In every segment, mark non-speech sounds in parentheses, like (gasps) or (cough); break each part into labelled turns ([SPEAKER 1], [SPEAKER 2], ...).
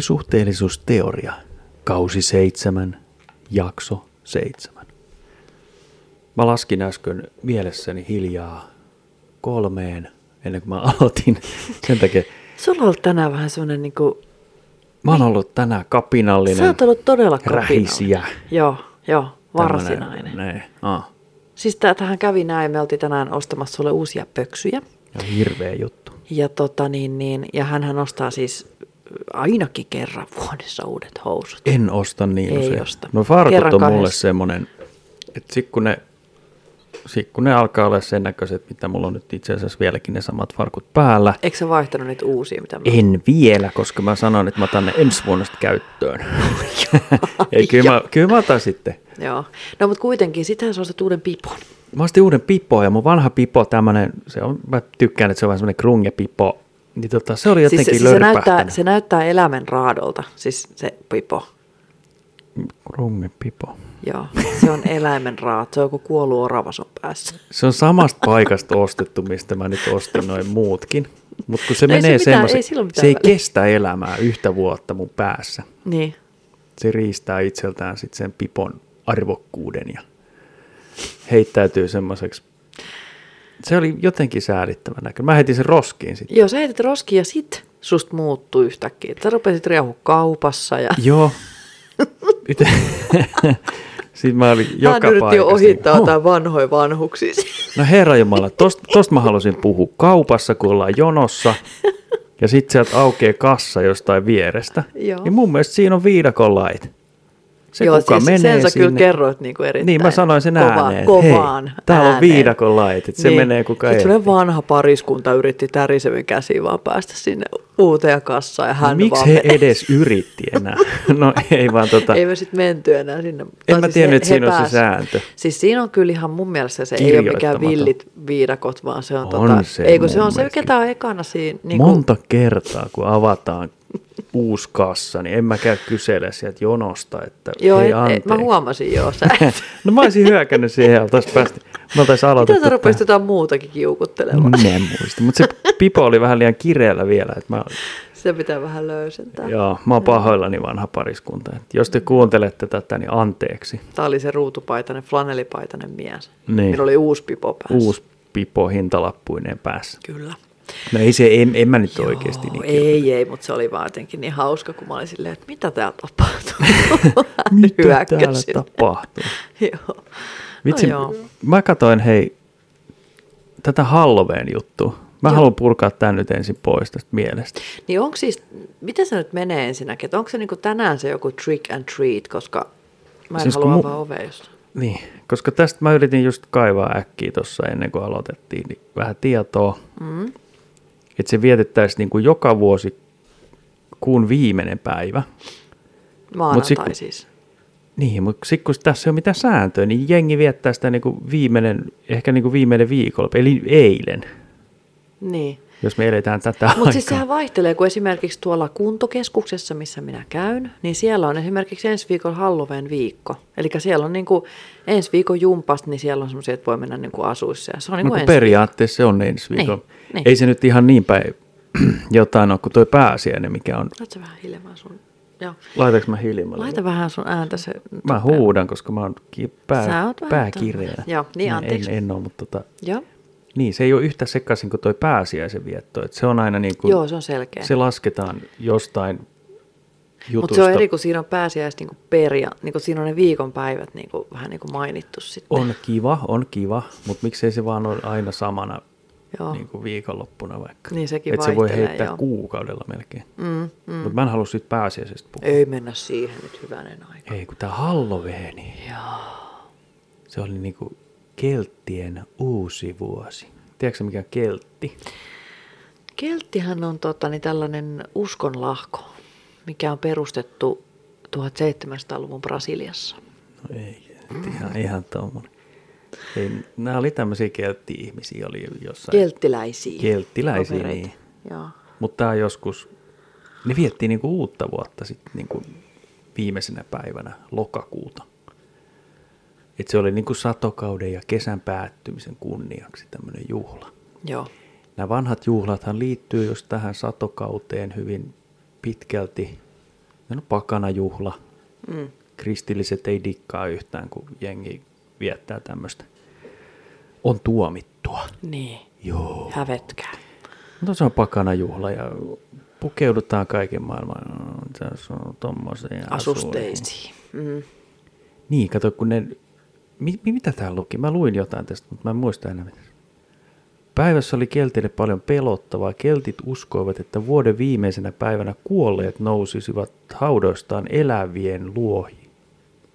[SPEAKER 1] Parisuhteellisuusteoria, kausi 7, jakso 7. Mä laskin äsken mielessäni hiljaa kolmeen ennen kuin mä (laughs) aloitin. Sen takia
[SPEAKER 2] Sulla on ollut tänään vähän semmoinen niin kuin,
[SPEAKER 1] mä oon ollut tänään kapinallinen.
[SPEAKER 2] sä oot ollut todella kapinallinen.
[SPEAKER 1] Rähisiä.
[SPEAKER 2] Joo, joo,
[SPEAKER 1] Tämmönen-
[SPEAKER 2] varsinainen.
[SPEAKER 1] Nee, ah,
[SPEAKER 2] Siis tää- tähän kävi näin, me oltiin tänään ostamassa sulle uusia pöksyjä.
[SPEAKER 1] ja hirveä juttu.
[SPEAKER 2] Ja, tota niin, niin, ja hänhän ostaa siis ainakin kerran vuodessa uudet housut.
[SPEAKER 1] En osta niin
[SPEAKER 2] Ei
[SPEAKER 1] usein.
[SPEAKER 2] osta.
[SPEAKER 1] No farkut
[SPEAKER 2] Kerran
[SPEAKER 1] on mulle
[SPEAKER 2] kahdessa.
[SPEAKER 1] semmoinen, että sit kun ne, sit kun ne alkaa olla sen näköiset, mitä mulla on nyt itse asiassa vieläkin ne samat farkut päällä.
[SPEAKER 2] Eikö sä vaihtanut niitä uusia, mitä mä...
[SPEAKER 1] En vielä, koska mä sanoin, että mä otan ne ensi vuonna sitten
[SPEAKER 2] (laughs)
[SPEAKER 1] käyttöön. Ei, kyllä, mä, kyllä mä otan sitten.
[SPEAKER 2] Joo. No mutta kuitenkin, sitähän sä ostat uuden pipon. Siis
[SPEAKER 1] Mä ostin uuden pipo ja mun vanha pipo tämmönen, se on, mä tykkään, että se on vähän semmonen krungepipo. Niin tota, se oli jotenkin
[SPEAKER 2] siis,
[SPEAKER 1] siis,
[SPEAKER 2] siis se, näyttää,
[SPEAKER 1] löyrypähtäinen.
[SPEAKER 2] se näyttää elämän raadolta, siis se pipo.
[SPEAKER 1] Krungepipo.
[SPEAKER 2] Joo, se on eläimen raat. Se on joku kuollut orava sun päässä. (laughs)
[SPEAKER 1] Se on samasta paikasta ostettu, mistä mä nyt ostin noin muutkin. Mutta kun se
[SPEAKER 2] No ei se
[SPEAKER 1] menee
[SPEAKER 2] mitään,
[SPEAKER 1] semmoisen,
[SPEAKER 2] ei sillä mitään
[SPEAKER 1] se ei
[SPEAKER 2] väliä.
[SPEAKER 1] kestä elämää yhtä vuotta mun päässä.
[SPEAKER 2] Niin.
[SPEAKER 1] Se riistää itseltään sitten sen pipon arvokkuuden ja heittäytyy semmoiseksi. Se oli jotenkin säälittävä näkö. Mä heitin sen roskiin sitten.
[SPEAKER 2] Joo, sä heität roskiin ja sit susta muuttuu yhtäkkiä. Sä rupesit riahu kaupassa ja (laughs)
[SPEAKER 1] Joo. Mitä? (laughs) Sitten mä olin joka
[SPEAKER 2] hän yritti jo
[SPEAKER 1] paikassa.
[SPEAKER 2] ohittaa
[SPEAKER 1] Huh.
[SPEAKER 2] jotain vanhoja vanhuksia.
[SPEAKER 1] No herra Jumala, tosta, tosta mä halusin puhua kaupassa, kun ollaan jonossa. Ja sit sieltä aukeaa kassa jostain vierestä.
[SPEAKER 2] Joo.
[SPEAKER 1] Niin mun mielestä siinä on viidakon lait. Se
[SPEAKER 2] (laughs) Joo,
[SPEAKER 1] kuka
[SPEAKER 2] siis
[SPEAKER 1] menee
[SPEAKER 2] sen sä
[SPEAKER 1] sinne.
[SPEAKER 2] kyllä kerroit niinku erittäin
[SPEAKER 1] Niin mä sanoin sen
[SPEAKER 2] kova-
[SPEAKER 1] ääneen. että hei,
[SPEAKER 2] Kovaan
[SPEAKER 1] täällä on
[SPEAKER 2] ääneen.
[SPEAKER 1] viidakon lait, että se menee kuka
[SPEAKER 2] Sitten
[SPEAKER 1] ei.
[SPEAKER 2] semmoinen vanha pariskunta yritti tärisevin käsiin vaan päästä sinne uuteen kassaan ja hän
[SPEAKER 1] no, miksi
[SPEAKER 2] vaan
[SPEAKER 1] he
[SPEAKER 2] menee.
[SPEAKER 1] edes yritti
[SPEAKER 2] (laughs)
[SPEAKER 1] enää? No ei vaan tota,
[SPEAKER 2] Ei me sitten menty enää sinne.
[SPEAKER 1] en
[SPEAKER 2] Tai
[SPEAKER 1] mä
[SPEAKER 2] siis
[SPEAKER 1] tiennyt,
[SPEAKER 2] he-
[SPEAKER 1] että siinä
[SPEAKER 2] he
[SPEAKER 1] on se
[SPEAKER 2] pääs-
[SPEAKER 1] sääntö.
[SPEAKER 2] Siis siinä on kyllä ihan mun mielestä se ei ole mikään
[SPEAKER 1] Kirjoittamaton.
[SPEAKER 2] villit viidakot, vaan se on,
[SPEAKER 1] On
[SPEAKER 2] tota,
[SPEAKER 1] se
[SPEAKER 2] ei kun se
[SPEAKER 1] mun
[SPEAKER 2] on se,
[SPEAKER 1] mielestä.
[SPEAKER 2] ketä on ekana siinä.
[SPEAKER 1] niin
[SPEAKER 2] Niin
[SPEAKER 1] monta kertaa, kun avataan uusi kassa, niin en mä käy kyselemään sieltä jonosta, että
[SPEAKER 2] Joo,
[SPEAKER 1] hei
[SPEAKER 2] et, et, mä
[SPEAKER 1] anteeksi.
[SPEAKER 2] huomasin joo. Sä,
[SPEAKER 1] (laughs) No mä olisin hyökännyt siihen ja oltaisiin päästä, me oltaisiin
[SPEAKER 2] mitä
[SPEAKER 1] aloitettu.
[SPEAKER 2] sä rupesit
[SPEAKER 1] tää.
[SPEAKER 2] jotain muutakin kiukuttelemaan? (laughs)
[SPEAKER 1] Mä En muista, mutta se pipo oli vähän liian kireellä vielä. Että mä,
[SPEAKER 2] Sitä pitää vähän löysentää.
[SPEAKER 1] joo, mä oon pahoillani vanha pariskunta. Että jos te kuuntelette tätä, niin anteeksi.
[SPEAKER 2] Tämä oli se ruutupaitainen, flanelipaitainen mies.
[SPEAKER 1] Niin.
[SPEAKER 2] Minulla oli uusi pipo päässä.
[SPEAKER 1] Uusi pipo hintalappuineen päässä.
[SPEAKER 2] Kyllä.
[SPEAKER 1] No ei se, en, en mä nyt oikeasti niin
[SPEAKER 2] Joo, ei, ei, mutta se oli vaan jotenkin niin hauska, kun mä olin silleen, että mitä täällä tapahtuu.
[SPEAKER 1] (laughs)
[SPEAKER 2] (laughs)
[SPEAKER 1] Mitä
[SPEAKER 2] Hyökkäsin.
[SPEAKER 1] täällä tapahtuu?
[SPEAKER 2] (laughs) Joo.
[SPEAKER 1] Vitsi,
[SPEAKER 2] No
[SPEAKER 1] no
[SPEAKER 2] joo.
[SPEAKER 1] mä katsoin hei tätä Halloween juttua. Mä joo. haluan purkaa tämän nyt ensin pois tästä mielestä.
[SPEAKER 2] Niin onko siis, miten se nyt menee ensinnäkin, että onko se niinku tänään se joku trick and treat, koska mä en
[SPEAKER 1] Siis
[SPEAKER 2] siis
[SPEAKER 1] kun
[SPEAKER 2] halua mu-
[SPEAKER 1] mu-
[SPEAKER 2] avaa ovea just.
[SPEAKER 1] Niin, koska tästä mä yritin just kaivaa äkkiä tuossa ennen kuin aloitettiin, niin vähän tietoa. Mm. Että se vietettäisiin niin kuin joka vuosi kuun viimeinen päivä.
[SPEAKER 2] Maanantai
[SPEAKER 1] sit
[SPEAKER 2] sit,
[SPEAKER 1] kun-
[SPEAKER 2] siis.
[SPEAKER 1] Niin, mutta sitten kun tässä ei ole mitään sääntöä, niin jengi viettää sitä niin kuin viimeinen, ehkä niin kuin viimeinen viikonloppu, eli eilen,
[SPEAKER 2] Niin.
[SPEAKER 1] jos me eletään tätä
[SPEAKER 2] Mutta
[SPEAKER 1] aikaa.
[SPEAKER 2] siis sehän vaihtelee, kun esimerkiksi tuolla kuntokeskuksessa, missä minä käyn, niin siellä on esimerkiksi ensi viikolla Halloween viikko. Eli siellä on niinku ensi viikon jumpasta, niin siellä on semmoisia, että voi mennä niinku asuissa. Ja se
[SPEAKER 1] No
[SPEAKER 2] on niinku
[SPEAKER 1] kun
[SPEAKER 2] ensi peri-
[SPEAKER 1] periaatteessa se on ensi viikolla.
[SPEAKER 2] Niin,
[SPEAKER 1] Niin,
[SPEAKER 2] niin.
[SPEAKER 1] niin. Ei se nyt ihan niin päin (clears throat) jotain ole kuin toi pääsiäinen, mikä on.
[SPEAKER 2] Laita vähän hiljemmin sun. Joo.
[SPEAKER 1] Laitaks mä hiljemmälle?
[SPEAKER 2] Laita vähän sun ääntä se.
[SPEAKER 1] Mä huudan, koska mä oon ki-
[SPEAKER 2] Sä
[SPEAKER 1] pää,
[SPEAKER 2] oot vähän
[SPEAKER 1] pääkireellä.
[SPEAKER 2] tuolla. Joo, niin,
[SPEAKER 1] Mä
[SPEAKER 2] anteeksi.
[SPEAKER 1] En, en ole, mutta tota,
[SPEAKER 2] Joo.
[SPEAKER 1] niin, se ei ole yhtä sekaisin kuin toi pääsiäisen vietto. Et se on aina niin kuin,
[SPEAKER 2] Joo, se on selkeä.
[SPEAKER 1] se lasketaan jostain
[SPEAKER 2] Mutta
[SPEAKER 1] jutusta.
[SPEAKER 2] se on eri, kun siinä on pääsiäis niinku peria, niinku siinä on ne viikonpäivät niinku, vähän niinku mainittu sitten.
[SPEAKER 1] On kiva, on kiva, mutta miksei se vaan ole aina samana
[SPEAKER 2] Joo.
[SPEAKER 1] niin kuin viikonloppuna vaikka.
[SPEAKER 2] Oh. Niin, sekin
[SPEAKER 1] Et se voi
[SPEAKER 2] vaihtelee,
[SPEAKER 1] heittää
[SPEAKER 2] joo.
[SPEAKER 1] kuukaudella melkein. Mm, mm. Mutta mä en halua siitä pääsiäisestä puhua.
[SPEAKER 2] Ei mennä siihen nyt hyvänen aika.
[SPEAKER 1] Ei, kun tämä Halloweeni. Joo. Se oli niinku kelttien uusi vuosi. Tiedätkö mikä on keltti?
[SPEAKER 2] Kelttihän on tota, niin tällainen uskonlahko, mikä on perustettu 1700-luvun Brasiliassa.
[SPEAKER 1] No ei, nyt ihan, ihan tuommoinen. Ei, nämä oli tämmöisiä keltti-ihmisiä, oli jossain.
[SPEAKER 2] Kelttiläisiä.
[SPEAKER 1] Kelttiläisiä,
[SPEAKER 2] kavereita.
[SPEAKER 1] niin.
[SPEAKER 2] Joo.
[SPEAKER 1] Mutta joskus, ne viettiin niinku uutta vuotta sitten niinku viimeisenä päivänä lokakuuta. Et se oli niinku satokauden ja kesän päättymisen kunniaksi tämmöinen juhla.
[SPEAKER 2] Joo.
[SPEAKER 1] Nämä vanhat juhlathan liittyy just tähän satokauteen hyvin pitkälti. Ja no pakanajuhla.
[SPEAKER 2] Mm.
[SPEAKER 1] Kristilliset ei dikkaa yhtään, kun jengi viettää tämmöistä. On tuomittua.
[SPEAKER 2] Niin,
[SPEAKER 1] Joo.
[SPEAKER 2] hävetkää.
[SPEAKER 1] Mutta se on pakanajuhla ja pukeudutaan kaiken maailman tässä on tommosia
[SPEAKER 2] Asusteisiin. Mm.
[SPEAKER 1] Niin, kato kun ne, mi, mi- mitä tää luki? Mä luin jotain tästä, mutta mä en muista enää mitä. Päivässä oli keltille paljon pelottavaa. Keltit uskoivat, että vuoden viimeisenä päivänä kuolleet nousisivat haudoistaan elävien luohi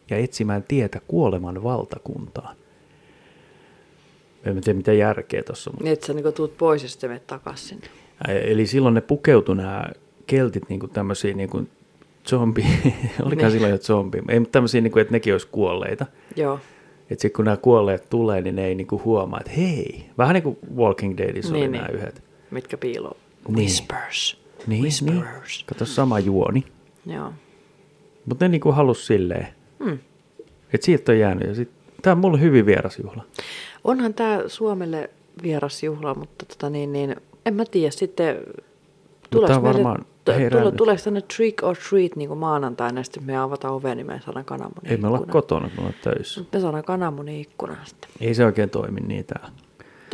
[SPEAKER 1] ja etsimään tietä kuoleman valtakuntaan. En mä tiedä mitä järkeä tuossa on.
[SPEAKER 2] Niin, että sä niin tuut pois ja sitten menet takaisin sinne.
[SPEAKER 1] Eli silloin ne pukeutui nämä keltit niin tämmöisiin niin kuin zombi, (laughs) olikohan
[SPEAKER 2] Niin.
[SPEAKER 1] silloin jo zombi, ei mutta tämmöisiä, niin kuin, että nekin olisi kuolleita.
[SPEAKER 2] Joo.
[SPEAKER 1] Että sitten kun nämä kuolleet tulee, niin ne ei niin kuin huomaa, että hei, vähän niin kuin Walking Deadissä niin, oli
[SPEAKER 2] Niin,
[SPEAKER 1] niin. nämä
[SPEAKER 2] niin.
[SPEAKER 1] yhdet.
[SPEAKER 2] Mitkä piiloo?
[SPEAKER 1] Niin.
[SPEAKER 2] Whispers.
[SPEAKER 1] Niin, niin.
[SPEAKER 2] Whisperers.
[SPEAKER 1] Kato sama juoni.
[SPEAKER 2] Niin. Joo.
[SPEAKER 1] Mutta ne niin kuin halusi silleen,
[SPEAKER 2] Mm.
[SPEAKER 1] että siitä on jäänyt. Ja sit, tämä on mulle hyvin vieras juhla.
[SPEAKER 2] Onhan tämä Suomelle vieras juhla, mutta tota niin, niin, en mä tiedä sitten...
[SPEAKER 1] tää on
[SPEAKER 2] meille-
[SPEAKER 1] varmaan
[SPEAKER 2] tu- tu-
[SPEAKER 1] herännyt.
[SPEAKER 2] Tuleeko tänne trick or treat niin kuin maanantaina, ja sitten me avataan ove, niin me saadaan kananmunia
[SPEAKER 1] Ei me olla
[SPEAKER 2] ikkunan.
[SPEAKER 1] kotona, kun me ollaan töissä.
[SPEAKER 2] Me saadaan kananmunia ikkunaan sitten.
[SPEAKER 1] Ei se oikein toimi niin täällä.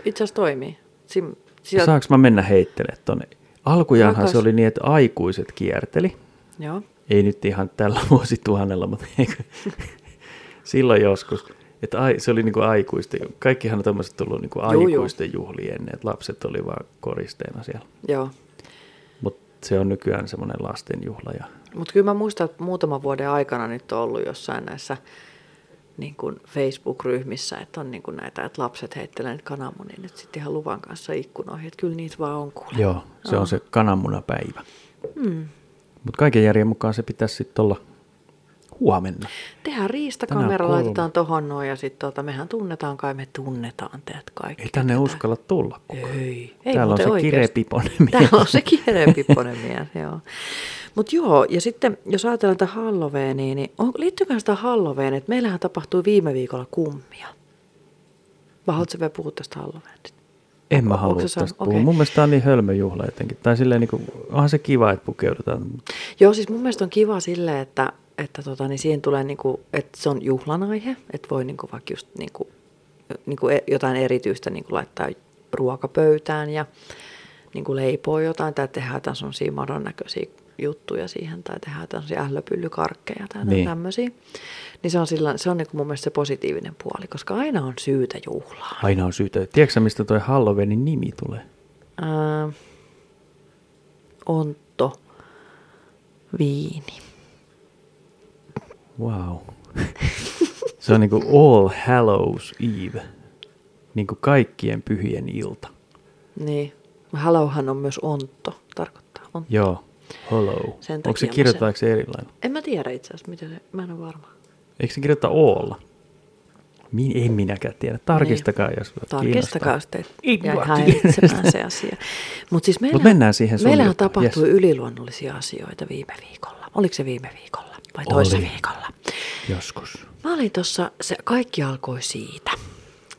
[SPEAKER 2] Itse asiassa toimii. Siin,
[SPEAKER 1] Sieltä...
[SPEAKER 2] sieltä,
[SPEAKER 1] Saanko mä mennä heittelemään tonne? Alkujaanhan
[SPEAKER 2] Rakas.
[SPEAKER 1] se oli niin, että aikuiset kierteli.
[SPEAKER 2] joo.
[SPEAKER 1] Ei nyt ihan tällä (laughs) vuosituhannella, mutta eikö, silloin joskus. Että ai, se oli niinku aikuisten, kaikkihan on tämmöiset tullut niinku
[SPEAKER 2] juu.
[SPEAKER 1] aikuisten juhli ennen, että lapset oli vaan koristeena siellä.
[SPEAKER 2] Joo.
[SPEAKER 1] Mutta se on nykyään semmoinen lastenjuhla ja
[SPEAKER 2] Mutta kyllä mä muistan, että muutaman vuoden aikana nyt on ollut jossain näissä niin kuin Facebook-ryhmissä, että on niin kuin näitä, että lapset heittelee nyt kananmunia nyt sitten ihan luvan kanssa ikkunoihin. Että kyllä niitä vaan on kuule.
[SPEAKER 1] joo, se on se kananmunapäivä.
[SPEAKER 2] Mm.
[SPEAKER 1] Mutta kaiken järjen mukaan se pitäisi sitten olla huomenna.
[SPEAKER 2] Tehdään
[SPEAKER 1] Tänään
[SPEAKER 2] riistakamera,
[SPEAKER 1] kolme.
[SPEAKER 2] laitetaan tohon noin ja sitten tota, mehän tunnetaan kai, me tunnetaan teet kaikki.
[SPEAKER 1] Ei tänne uskalla tulla kukaan.
[SPEAKER 2] Ei, ei
[SPEAKER 1] Täällä on
[SPEAKER 2] muuten
[SPEAKER 1] se
[SPEAKER 2] oikeesti.
[SPEAKER 1] kirepiponen
[SPEAKER 2] Täällä
[SPEAKER 1] mies.
[SPEAKER 2] on se kirepipponen mies, joo. Mutta joo, ja sitten jos ajatellaan tätä Halloweenia, niin on, liittyykö sitä Halloweenia, että meillähän tapahtui viime viikolla kummia. Vai haluatko sä vielä puhua tästä Halloweenista?
[SPEAKER 1] En mä
[SPEAKER 2] Onko
[SPEAKER 1] halua
[SPEAKER 2] se sa-
[SPEAKER 1] tästä puhua.
[SPEAKER 2] okei.
[SPEAKER 1] Mun mielestä tää on niin hölmöjuhla jotenkin. Tai silleen niin kuin, onhan se kiva, että pukeudutaan.
[SPEAKER 2] Joo, siis mun mielestä on kiva sille, että, että tota, niin siihen tulee, niinku, että se on juhlan aihe, että voi niinku, vaikka just niinku, niinku e- jotain erityistä niinku, laittaa ruokapöytään ja niinku, leipoa jotain tai tehdä jotain sellaisia madon näköisiä juttuja siihen tai tehdä jotain sellaisia ählöpyllykarkkeja tai
[SPEAKER 1] Niin.
[SPEAKER 2] niin. tämmöisiä. Niin se on, sillä, se on niinku, mun mielestä se positiivinen puoli, koska aina on syytä juhlaan.
[SPEAKER 1] Aina on syytä. Tiedätkö sä, mistä toi Halloweenin nimi tulee?
[SPEAKER 2] Ää, onto, viini.
[SPEAKER 1] Wow. (laughs) se on niinku All Hallows Eve. Niinku kaikkien pyhien ilta.
[SPEAKER 2] Niin. Halohan on myös ontto, tarkoittaa ontto.
[SPEAKER 1] Joo. Hollow.
[SPEAKER 2] Sen
[SPEAKER 1] Onko se
[SPEAKER 2] takia mä
[SPEAKER 1] kirjoitetaanko se eri lailla?
[SPEAKER 2] En mä tiedä itse asiassa, mitä se, mä en ole varma.
[SPEAKER 1] Eikö se kirjoittaa Olla? Min, en minäkään tiedä. Tarkistakaa, niin. jos
[SPEAKER 2] Tarkistakaa
[SPEAKER 1] kiinnostaa.
[SPEAKER 2] sitten,
[SPEAKER 1] Ei
[SPEAKER 2] jäi
[SPEAKER 1] mua
[SPEAKER 2] häiritsemään se asia. Mutta siis meillä,
[SPEAKER 1] mennään siihen sun
[SPEAKER 2] meillähän
[SPEAKER 1] juttuun,
[SPEAKER 2] tapahtui
[SPEAKER 1] jes.
[SPEAKER 2] yliluonnollisia asioita viime viikolla. Oliko se viime viikolla vai toissa
[SPEAKER 1] Oli.
[SPEAKER 2] viikolla?
[SPEAKER 1] Joskus.
[SPEAKER 2] Mä olin tuossa, se kaikki alkoi siitä,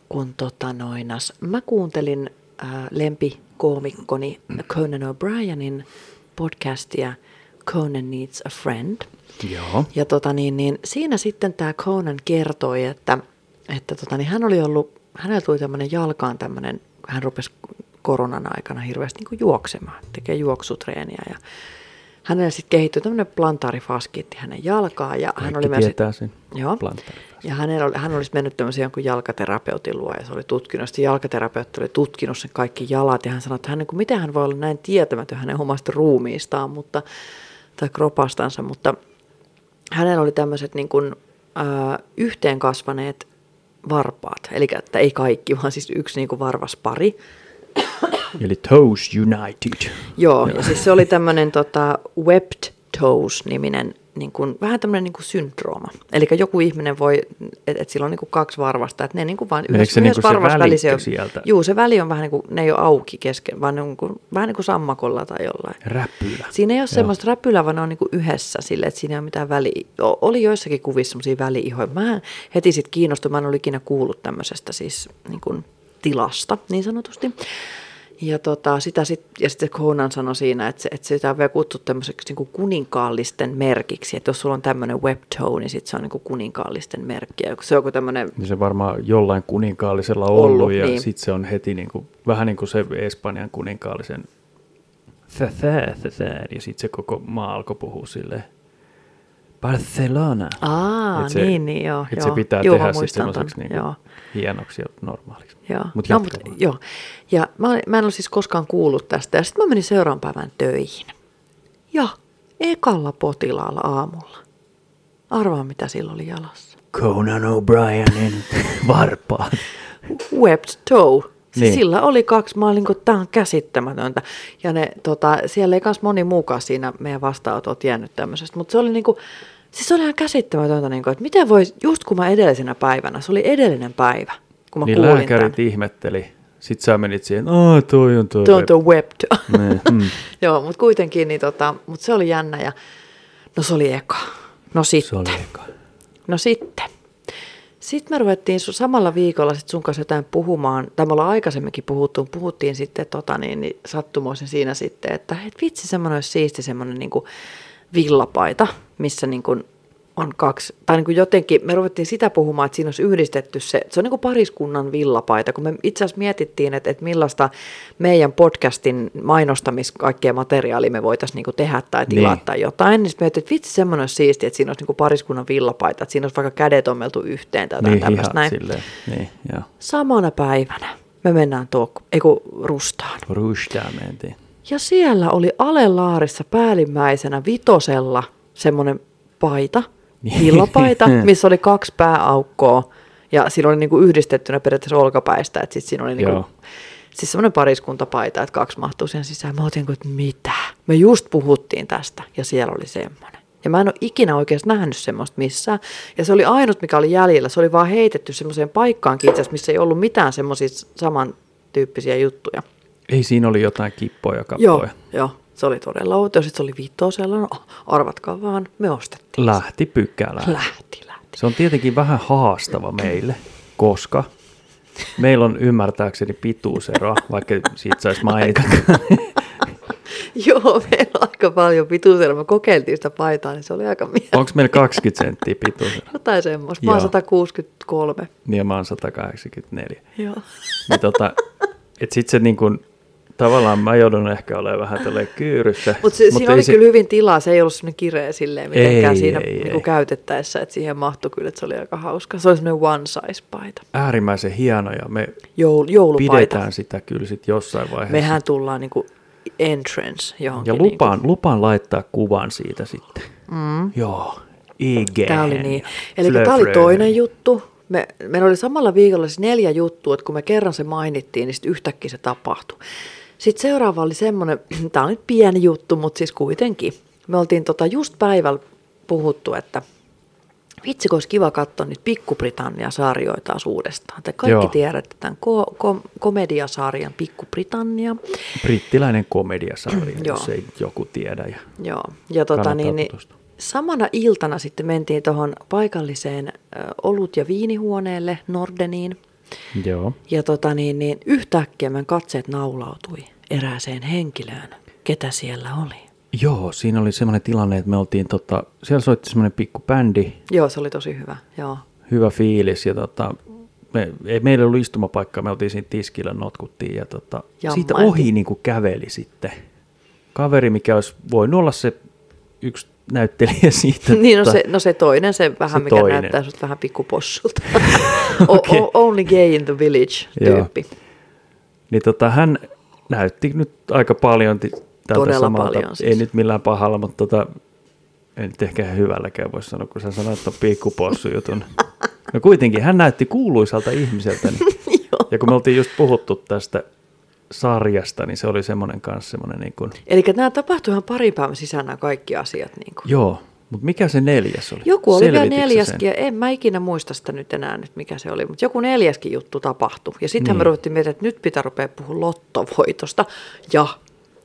[SPEAKER 2] kun tota noinas, mä kuuntelin ää, lempikoomikkoni Conan O'Brienin podcastia Conan Needs a Friend –
[SPEAKER 1] Joo.
[SPEAKER 2] Ja tota niin, niin siinä sitten tämä Conan kertoi, että, että tota niin, hän oli ollut, hänellä tuli tämmöinen jalkaan tämmöinen, hän rupesi koronan aikana hirveästi niin juoksemaan, tekee juoksutreeniä ja hänellä sitten kehittyi tämmöinen plantaarifaskeetti hänen jalkaan ja hän
[SPEAKER 1] Kaikki
[SPEAKER 2] oli myös...
[SPEAKER 1] tietää sen.
[SPEAKER 2] Joo.
[SPEAKER 1] Plantaarifaskeetti.
[SPEAKER 2] Ja hänellä oli, hän olisi mennyt tämmöisen jonkun jalkaterapeutin luo ja se oli tutkinut. Sitten jalkaterapeutti oli tutkinut sen kaikki jalat ja hän sanoi, että hän, niin kuin, miten hän voi olla näin tietämätön hänen omasta ruumiistaan mutta, tai kropastansa, mutta hänellä oli tämmöiset niin kuin, äh, yhteen kasvaneet varpaat. Eli että ei kaikki, vaan siis yksi niin kuin varvaspari.
[SPEAKER 1] Eli Toes United.
[SPEAKER 2] Joo, ja siis se oli tämmöinen tota, webbed toes-niminen, niin kuin, vähän tämmöinen niin kuin syndrooma. Eli joku ihminen voi, että et sillä on niin kuin kaksi varvasta, että ne niin kuin vaan
[SPEAKER 1] Meneekö se niinku se
[SPEAKER 2] varvas
[SPEAKER 1] välikkö
[SPEAKER 2] välissä on-
[SPEAKER 1] sieltä?
[SPEAKER 2] Juu, se väli on vähän niin kuin, ne ei ole auki kesken, vaan ne on niin kuin, vähän niin kuin sammakolla tai jollain.
[SPEAKER 1] Räpylä.
[SPEAKER 2] Siinä ei ole semmoista räpylää, vaan ne on niin kuin yhdessä sille, että siinä ei ole mitään väli. o- Oli joissakin kuvissa semmoisia väliihoja. Mä heti sitten kiinnostuin, mä en ollut ikinä kuullut tämmöisestä siis niin kuin tilasta niin niinku sanotusti. Ja, tota, sitä sit, ja sitten Conan sanoi siinä, että, se, että sitä on vielä kutsuttu tämmöiseksi niin kuin kuninkaallisten merkiksi. Että jos sulla on tämmöinen webtoe, niin sit se on niin kuin kuninkaallisten merkki. Ja se on joku tämmöinen
[SPEAKER 1] Niin se varmaan jollain kuninkaallisella on ollut, ollut
[SPEAKER 2] Ollut,
[SPEAKER 1] ja
[SPEAKER 2] niin.
[SPEAKER 1] sitten se on heti niin kuin, vähän niin kuin se Espanjan kuninkaallisen thä-thää, thä-thää, ja sitten se koko maa alkoi puhua silleen Barcelona.
[SPEAKER 2] Aa,
[SPEAKER 1] Et
[SPEAKER 2] niin, niin, joo,
[SPEAKER 1] et
[SPEAKER 2] joo.
[SPEAKER 1] se pitää
[SPEAKER 2] Joo, mä
[SPEAKER 1] tehdä sitten
[SPEAKER 2] muistan ton,
[SPEAKER 1] semmoiseksi niinku
[SPEAKER 2] joo.
[SPEAKER 1] hienoksi ja normaaliksi.
[SPEAKER 2] Joo.
[SPEAKER 1] Mut
[SPEAKER 2] no, mut,
[SPEAKER 1] jatketaan.
[SPEAKER 2] joo. Ja mä, olin- mä en ole siis koskaan kuullut tästä. Ja sitten mä menin seuraavan päivän töihin. Ja ekalla potilaalla aamulla. Arvaa, mitä sillä oli jalassa.
[SPEAKER 1] Conan O'Brienin
[SPEAKER 2] (laughs)
[SPEAKER 1] varpaat.
[SPEAKER 2] Webbed toe. Siis
[SPEAKER 1] Niin.
[SPEAKER 2] niin. Sillä oli kaksi, mä olin, tämä on käsittämätöntä. Ja ne, tota, siellä ei kans moni muukaan siinä meidän vastaanotot jäänyt tämmöisestä, mutta se oli niinku, siis se oli ihan käsittämätöntä, niinku, että miten voi, just kun mä edellisenä päivänä, se oli edellinen päivä, kun mä
[SPEAKER 1] Niin
[SPEAKER 2] kuulin
[SPEAKER 1] lääkärit
[SPEAKER 2] tän.
[SPEAKER 1] ihmetteli. Sitten sä menit siihen, aah toi on toi.
[SPEAKER 2] Tuo on
[SPEAKER 1] web."
[SPEAKER 2] tuo webbed.
[SPEAKER 1] Niin, mm.
[SPEAKER 2] (laughs) Joo, mutta kuitenkin, niin tota, mut se oli jännä ja no se oli eka. No
[SPEAKER 1] Se
[SPEAKER 2] sitten.
[SPEAKER 1] oli eka.
[SPEAKER 2] No sitten. Sitten me ruvettiin sun, samalla viikolla sit sun kanssa jotain puhumaan, tai me ollaan aikaisemminkin puhuttu, puhuttiin sitten tota, niin, niin sattumoisin siinä sitten, että et vitsi semmoinen olisi siisti semmoinen niin villapaita, missä niin kuin on kaksi, tai niin kuin jotenkin me ruvettiin sitä puhumaan, että siinä olisi yhdistetty se, se on niin kuin pariskunnan villapaita, kun me itse asiassa mietittiin, että, että millaista meidän podcastin mainostamis kaikkea materiaalia me voitaisiin niin kuin tehdä tai tilata
[SPEAKER 1] Niin.
[SPEAKER 2] tai jotain, niin sitten mietin, että vitsi, semmoinen olisi siistiä, että siinä olisi niinku pariskunnan villapaita, että siinä olisi vaikka kädet ommeltu yhteen tai
[SPEAKER 1] Niin
[SPEAKER 2] jotain niin, tämmöistä
[SPEAKER 1] hihat
[SPEAKER 2] näin.
[SPEAKER 1] silleen. Niin, joo.
[SPEAKER 2] Samana päivänä me mennään tuokku, ei kun rustaan.
[SPEAKER 1] Rushtaa mentiin.
[SPEAKER 2] Ja siellä oli alelaarissa päällimmäisenä vitosella semmoinen paita,
[SPEAKER 1] Niin. (laughs)
[SPEAKER 2] villapaita, missä oli kaksi pääaukkoa ja siinä oli niinku yhdistettynä periaatteessa olkapäistä, että sitten siinä oli
[SPEAKER 1] Joo.
[SPEAKER 2] niinku, siis semmoinen pariskuntapaita, että kaksi mahtuu sen sisään. Mä otin, että mitä? Me just puhuttiin tästä ja siellä oli semmoinen. Ja mä en ole ikinä oikeastaan nähnyt semmoista missään. Ja se oli ainut, mikä oli jäljellä. Se oli vaan heitetty semmoiseen paikkaankin itse asiassa, missä ei ollut mitään semmoisia samantyyppisiä juttuja.
[SPEAKER 1] Ei siinä oli jotain kippoja kappoja.
[SPEAKER 2] Joo, joo, se oli todella outo. Sitten se oli vitosella, no arvatkaa vaan, me ostettiin.
[SPEAKER 1] Lähti pykälään.
[SPEAKER 2] Lähti, lähti.
[SPEAKER 1] Se on tietenkin vähän haastava meille, koska meillä on ymmärtääkseni pituusero, vaikka siitä saisi mainita.
[SPEAKER 2] Joo, (laughs) meillä on aika paljon pituusella. Me kokeiltiin sitä paitaa, niin se oli aika mieltä.
[SPEAKER 1] Onko meillä 20 senttiä pituusero?
[SPEAKER 2] Jotain semmoista. Mä oon
[SPEAKER 1] Joo.
[SPEAKER 2] 163.
[SPEAKER 1] Niin ja mä oon 184.
[SPEAKER 2] Joo.
[SPEAKER 1] Niin tota, et sit se niin kun, tavallaan mä joudun ehkä olemaan vähän tälleen kyyryssä.
[SPEAKER 2] Mutta se,
[SPEAKER 1] mut
[SPEAKER 2] siinä
[SPEAKER 1] ei
[SPEAKER 2] oli kyllä hyvin tilaa, se ei ollut semmoinen kireä silleen mitenkään
[SPEAKER 1] Ei,
[SPEAKER 2] ei, siinä
[SPEAKER 1] ei,
[SPEAKER 2] ei,
[SPEAKER 1] ei.
[SPEAKER 2] niinku käytettäessä, että siihen mahtui kyllä, että se oli aika hauska. Se oli semmoinen one size paita,
[SPEAKER 1] äärimmäisen hieno ja me
[SPEAKER 2] Joul, joulupaita.
[SPEAKER 1] pidetään sitä kyllä sit jossain vaiheessa.
[SPEAKER 2] Mehän tullaan niinku entrance johonkin. niinku
[SPEAKER 1] ja lupaan, lupaan laittaa kuvan siitä sitten. Mm. Joo. Igen.
[SPEAKER 2] Tämä oli niin. Eli tämä oli toinen juttu. Me, meillä oli samalla viikolla siis neljä juttua, että kun me kerran se mainittiin, niin sitten yhtäkkiä se tapahtui. Sitten seuraava oli (clears throat) semmoinen, tämä on nyt pieni juttu, mutta siis kuitenkin. Me oltiin tota just päivällä puhuttu, että vitsi, kun olisi kiva katsoa niitä Pikku-Britannia-sarjoja taas uudestaan. Te kaikki
[SPEAKER 1] Joo.
[SPEAKER 2] Joo. tiedätte tämän ko- ko- komediasarjan Pikku-Britannia.
[SPEAKER 1] Brittiläinen komediasarja,
[SPEAKER 2] Mm, Joo.
[SPEAKER 1] jos ei joku tiedä. Ja
[SPEAKER 2] Joo, ja tota,
[SPEAKER 1] Kannattaa
[SPEAKER 2] niin, niin,
[SPEAKER 1] tutustua.
[SPEAKER 2] samana iltana sitten mentiin tuohon paikalliseen ö, olut- ja viinihuoneelle Nordeniin.
[SPEAKER 1] Joo.
[SPEAKER 2] Ja tota, niin, niin, yhtäkkiä meidän katseet naulautui erääseen henkilöön. Ketä siellä oli?
[SPEAKER 1] Joo, siinä oli semmoinen tilanne, että me oltiin, tota, siellä soitti semmoinen pikku bändi,
[SPEAKER 2] Joo, se oli tosi hyvä. Joo,
[SPEAKER 1] hyvä fiilis ja tota, me, ei meillä ollut istumapaikkaa, me oltiin siinä tiskillä, notkuttiin ja tota, siitä
[SPEAKER 2] Jammailtiin.
[SPEAKER 1] ohi niin kuin käveli sitten. Kaveri, mikä olisi voinut olla se yksi näyttelijä siitä.
[SPEAKER 2] (laughs) niin no
[SPEAKER 1] tota,
[SPEAKER 2] se, no se toinen, se vähän
[SPEAKER 1] Se
[SPEAKER 2] mikä
[SPEAKER 1] toinen.
[SPEAKER 2] näyttää sut vähän
[SPEAKER 1] (laughs)
[SPEAKER 2] pikkupossulta. okay. o, o, only gay in the village
[SPEAKER 1] Joo.
[SPEAKER 2] tyyppi.
[SPEAKER 1] Niin tota, hän näytti nyt aika paljon ti- tältä
[SPEAKER 2] Todella
[SPEAKER 1] samalta.
[SPEAKER 2] paljon siis.
[SPEAKER 1] Ei nyt millään pahalla, mutta tota, en nyt ehkä hyvälläkään voi sanoa, kun sä sanoit tuon pikkupossujutun. No kuitenkin, hän näytti kuuluisalta ihmiseltä.
[SPEAKER 2] (laughs)
[SPEAKER 1] Niin. ja kun me oltiin just puhuttu tästä sarjasta, niin se oli semmoinen kanssa semmoinen niin kuin,
[SPEAKER 2] Eli nämä tapahtui ihan parin päivän sisään nämä kaikki asiat. Niin kuin.
[SPEAKER 1] joo, mutta mikä se neljäs oli?
[SPEAKER 2] Joku oli vielä
[SPEAKER 1] Selvititkö sä sen?
[SPEAKER 2] neljäskin, ja en mä ikinä muista sitä nyt enää, nyt mikä se oli, mutta joku neljäskin juttu tapahtui. Ja sittenhän me
[SPEAKER 1] Niin.
[SPEAKER 2] ruvettiin miettimään, että nyt pitää rupea puhua lottovoitosta. Ja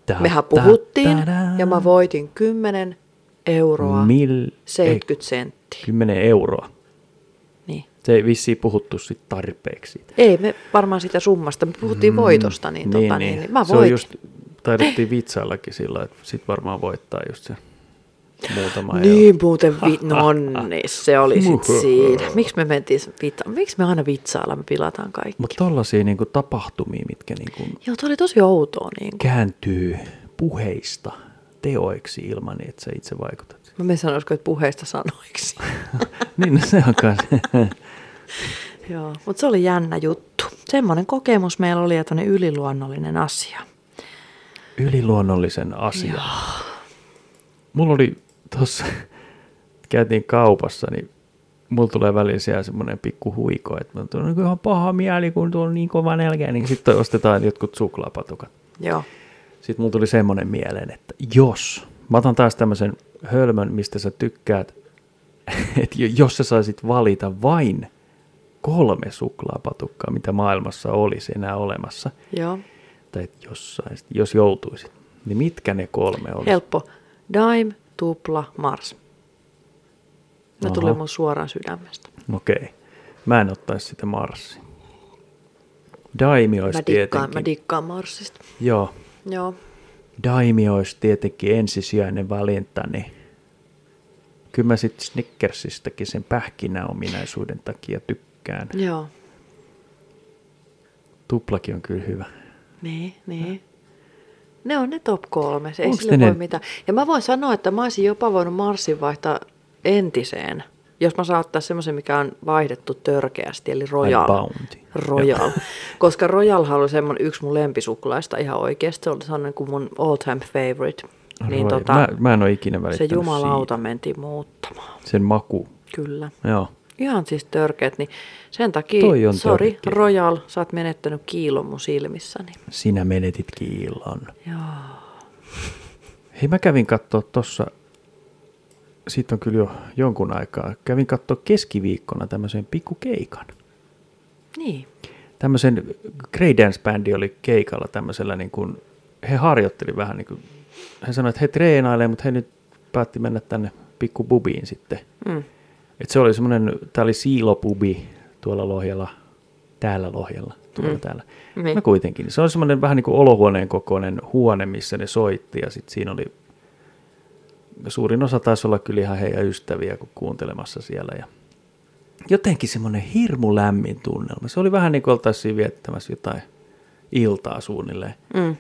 [SPEAKER 1] Tä-
[SPEAKER 2] mehän
[SPEAKER 1] tä-
[SPEAKER 2] puhuttiin,
[SPEAKER 1] tädää.
[SPEAKER 2] ja mä voitin 10 euroa
[SPEAKER 1] Mil, ei,
[SPEAKER 2] 70 senttiä.
[SPEAKER 1] 10 euroa.
[SPEAKER 2] Niin.
[SPEAKER 1] Se ei vissiin puhuttu sit tarpeeksi siitä.
[SPEAKER 2] Ei me varmaan sitä summasta, me puhuttiin mm, voitosta, niin, niin, tota, niin, niin. mä
[SPEAKER 1] se on
[SPEAKER 2] voitin.
[SPEAKER 1] just, taidettiin vitsaillakin sillä, että sit varmaan voittaa just se muutama euro.
[SPEAKER 2] Niin muuten, vi- no niin, se oli sit
[SPEAKER 1] Muhoho.
[SPEAKER 2] siinä. Miksi me mentiin vitsa- Miksi me aina vitsailla, me pilataan kaikki?
[SPEAKER 1] Mutta tollaisia niinku tapahtumia, mitkä niinku
[SPEAKER 2] Joo, toi oli tosi outoa. Niin kuin.
[SPEAKER 1] kääntyy puheista teoiksi ilman, että sä itse vaikutat. (laughs)
[SPEAKER 2] Mä me sanoisiko, että puheista (laughs) sanoiksi.
[SPEAKER 1] niin, no se on kans. (laughs)
[SPEAKER 2] Joo, mutta se oli jännä juttu. Semmoinen kokemus meillä oli ja tuonne yliluonnollinen asia.
[SPEAKER 1] yliluonnollisen asian. Mulla oli tuossa, käytiin kaupassa, niin mulla tulee välillä siellä semmoinen pikku huiko, että mä tulen niin ihan paha mieli, kun tuolla on niin kova nälkä, niin sitten ostetaan jotkut suklaapatukat.
[SPEAKER 2] Joo.
[SPEAKER 1] Sitten mulla tuli semmoinen mieleen, että jos, mä otan taas tämmöisen hölmön, mistä sä tykkäät, (laughs) että jo- jos sä saisit valita vain kolme suklaapatukkaa, mitä maailmassa olisi enää olemassa,
[SPEAKER 2] Joo.
[SPEAKER 1] tai et jos, saisit, jos joutuisit, niin mitkä ne kolme olisi?
[SPEAKER 2] Helppo. Dime, tupla, mars. Ne
[SPEAKER 1] Aha.
[SPEAKER 2] tuli mun suoraan sydämestä.
[SPEAKER 1] Okei. Mä en ottaisi sitä Marsi. Daimi olisi
[SPEAKER 2] Mä dikkaan,
[SPEAKER 1] tietenkin.
[SPEAKER 2] mä dikkaan marsista.
[SPEAKER 1] Joo.
[SPEAKER 2] Joo.
[SPEAKER 1] Daimi olisi tietenkin ensisijainen valintani. Kyllä mä sitten Snickersistäkin sen pähkinäominaisuuden takia tykkään.
[SPEAKER 2] Joo.
[SPEAKER 1] Tuplakin on kyllä hyvä.
[SPEAKER 2] Niin, niin. Ne on ne top kolme, se ei
[SPEAKER 1] Onks
[SPEAKER 2] sille
[SPEAKER 1] ne
[SPEAKER 2] voi
[SPEAKER 1] ne-
[SPEAKER 2] mitään. Ja mä voin sanoa, että mä olisin jopa voinut Marsin vaihtaa entiseen, jos mä saattaa semmoisen, mikä on vaihdettu törkeästi, eli Royal.
[SPEAKER 1] Bounty.
[SPEAKER 2] Royal. Koska Royal oli semmoinen yksi mun lempisuklaista ihan oikeasti, se oli semmoinen kuin mun all time favorite. Niin
[SPEAKER 1] Roy-
[SPEAKER 2] tota,
[SPEAKER 1] mä, mä en ole ikinä
[SPEAKER 2] se
[SPEAKER 1] välittänyt
[SPEAKER 2] jumalauta mentiin muuttamaan,
[SPEAKER 1] Siitä. Sen maku.
[SPEAKER 2] kyllä.
[SPEAKER 1] Joo.
[SPEAKER 2] Ihan siis törkeät, niin sen takia,
[SPEAKER 1] Toi on
[SPEAKER 2] sori,
[SPEAKER 1] törkeä.
[SPEAKER 2] Royal, sä oot menettänyt kiilon mun silmissäni.
[SPEAKER 1] Sinä menetit kiillon.
[SPEAKER 2] Joo.
[SPEAKER 1] Hei, mä kävin katsoa tuossa, siitä on kyllä jo jonkun aikaa, kävin katsoa keskiviikkona tämmöisen pikkukeikan.
[SPEAKER 2] Niin.
[SPEAKER 1] Tämmöisen Grey Dance-bändi oli keikalla tämmöisellä, niin kuin, he harjoitteli vähän niin kuin, he sanoivat, että he treenailee, mutta he nyt päätti mennä tänne pikkububiin sitten.
[SPEAKER 2] Mm.
[SPEAKER 1] Et se oli semmoinen, tää oli siilopubi tuolla Lohjalla, täällä Lohjalla, tuolla mm. täällä.
[SPEAKER 2] Niin.
[SPEAKER 1] No kuitenkin. Se on semmoinen vähän niin kuin olohuoneen kokoinen huone, missä ne soitti ja sitten siinä oli suurin osa taisi olla kyllä ihan heidän ystäviä kun kuuntelemassa siellä ja jotenkin semmoinen hirmu lämmin tunnelma. Se oli vähän niin kuin oltaisiin viettämässä jotain iltaa suunnilleen.
[SPEAKER 2] Mm.